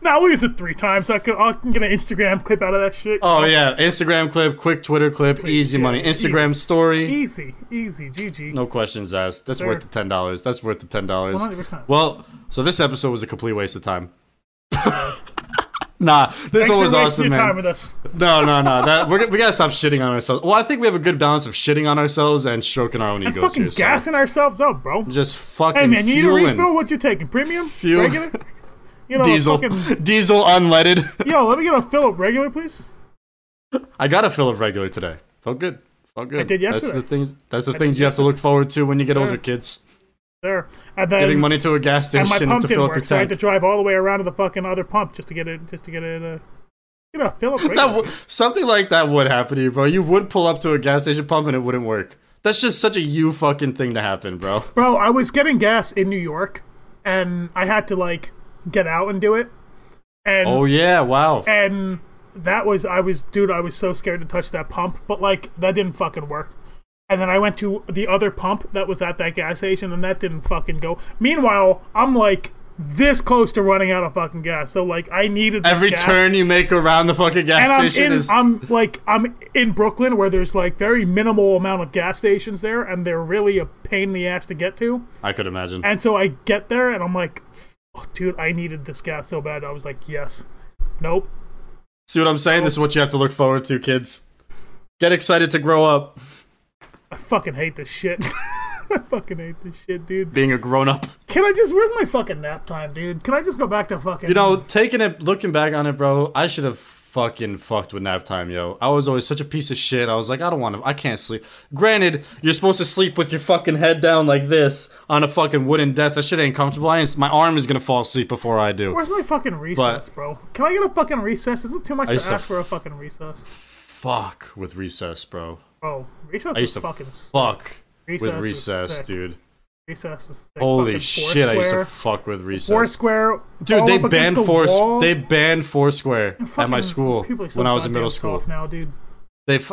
Now nah, we use it three times. I could, I can get an Instagram clip out of that shit. Oh yeah, Instagram clip, quick Twitter clip, easy money. Instagram story, Easy, easy, GG. no questions asked. That's Sir. worth the ten dollars. That's worth the ten dollars. 100%. Well, so this episode was a complete waste of time. nah, this Thanks one for was wasting awesome, your man. time with us. No, no, no. That we're, we gotta stop shitting on ourselves. Well, I think we have a good balance of shitting on ourselves and stroking our own I'm egos fucking here. so gassing ourselves up, bro. just fucking Hey man, you need a fueling refill? What you taking? Premium? Fuel. Regular? You know, diesel, fucking. diesel unleaded. Yo, let me get a Philip regular, please. I got a fill of regular today. Felt good. Felt good. I did That's yesterday. the things. That's the things you have to look forward to when you get Sir. older, kids. There. And then Giving money to a gas and my station pump to fill didn't up your work, so I had to tank. drive all the way around to the fucking other pump just to get it, just to get it. Uh, get a Philip regular. That w- something like that would happen to you, bro. You would pull up to a gas station pump and it wouldn't work. That's just such a you fucking thing to happen, bro. Bro, I was getting gas in New York, and I had to like get out and do it, and Oh yeah, wow. and that was I was dude, I was so scared to touch that pump, but like that didn't fucking work. And then I went to the other pump that was at that gas station, and that didn't fucking go. Meanwhile, I'm like this close to running out of fucking gas, so like I needed this Every gas. turn you make around the fucking gas And I'm station in, is I'm like, I'm in Brooklyn where there's like very minimal amount of gas stations there, and they're really a pain in the ass to get to. I could imagine. And so I get there and I'm like, "Fuck, dude, I needed this gas so bad. I was like, yes. Nope. See what I'm saying? This is what you have to look forward to, kids. Get excited to grow up. I fucking hate this shit. I fucking hate this shit, dude. Being a grown up. Can I just, where's my fucking nap time, dude? Can I just go back to fucking. You know, taking it, looking back on it, bro, I should have fucking fucked with nap time, yo. I was always such a piece of shit. I was like, I don't want to, I can't sleep. Granted, you're supposed to sleep with your fucking head down like this on a fucking wooden desk. That shit ain't comfortable. I ain't, my arm is gonna fall asleep before I do. where's my fucking recess, bro? Can I get a fucking recess? Is it too much to used ask to for a fucking recess? Fuck with recess, bro. Bro, recess I used was to fucking. fuck Recess with was recess, sick. dude. Recess was. sick. Holy Fucking shit, I used to Foursquare- fuck with recess. Foursquare. Dude, all they up against banned the Force. wall. They banned Foursquare at my Fucking- school people are so when I was in goddamn middle school. soft now, dude. They f-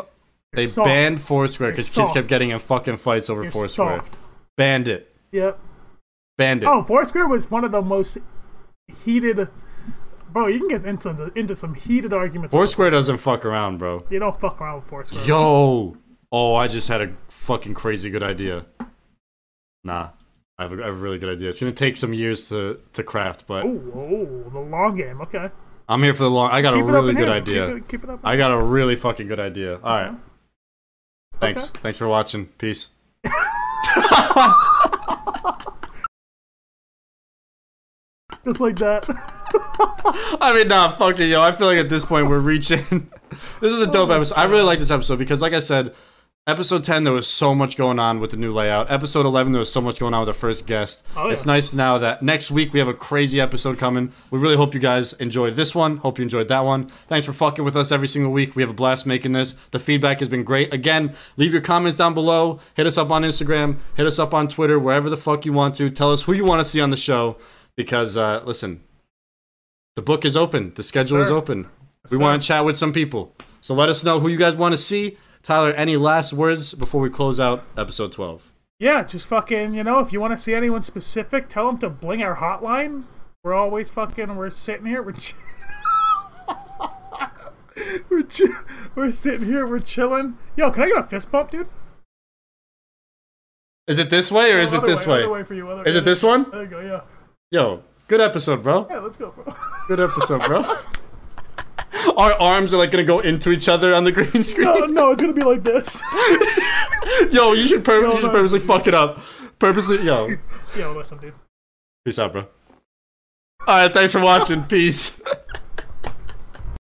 they soft. banned Foursquare because kids soft. kept getting in fucking fights over You're Foursquare. soft. Banned it. Yep. Banned it. Oh, Foursquare was one of the most heated. Bro, you can get into into some heated arguments. with- Foursquare doesn't fuck around, bro. You don't fuck around with Foursquare. Yo. Oh, I just had a fucking crazy good idea. Nah, I have a, I have a really good idea. It's gonna take some years to to craft, but Oh, oh, the long game. Okay. I'm here for the long. I got a Keep it up really and good handle. idea. Keep it, Uh-huh. keep it up. I got a really fucking good idea. All right. Thanks. Thanks for watching. Peace. Just like that. I mean, nah, fuck it, yo. I feel like at this point we're reaching. this is a Oh, dope episode. I really like this episode because, like I said, episode 10, there was so much going on with the new layout. Episode 11, there was so much going on with our first guest. Oh, It's yeah. nice now that next week we have a crazy episode coming. We really hope you guys enjoyed this one. Hope you enjoyed that one. Thanks for fucking with us every single week. We have a blast making this. The feedback has been great. Again, leave your comments down below. Hit us up on Instagram. Hit us up on Twitter, wherever the fuck you want to. Tell us who you want to see on the show because, uh, listen, the book is open. The schedule is sir. open. we want to chat with some people. So let us know who you guys want to see. Tyler, any last words before we close out episode 12? Yeah, just fucking, you know, if you want to see anyone specific, tell them to bling our hotline. We're always fucking, we're sitting here, we're, ch- we're, ch- we're sitting here, we're chilling. Yo, can I get a fist bump, dude? Is it this way or is it Other this way, way? other way for you, other- Is it this one? There you go, yeah. Yo, good episode, bro. Yeah, let's go, bro. Good episode, bro. Our arms are like gonna go into each other on the green screen. no, no, it's gonna be like this. Yo, you should, pur- you no. should purposely fuck it up. Purposely, yo. Yo, listen, dude. Peace out, bro. All right, thanks for watching. Peace.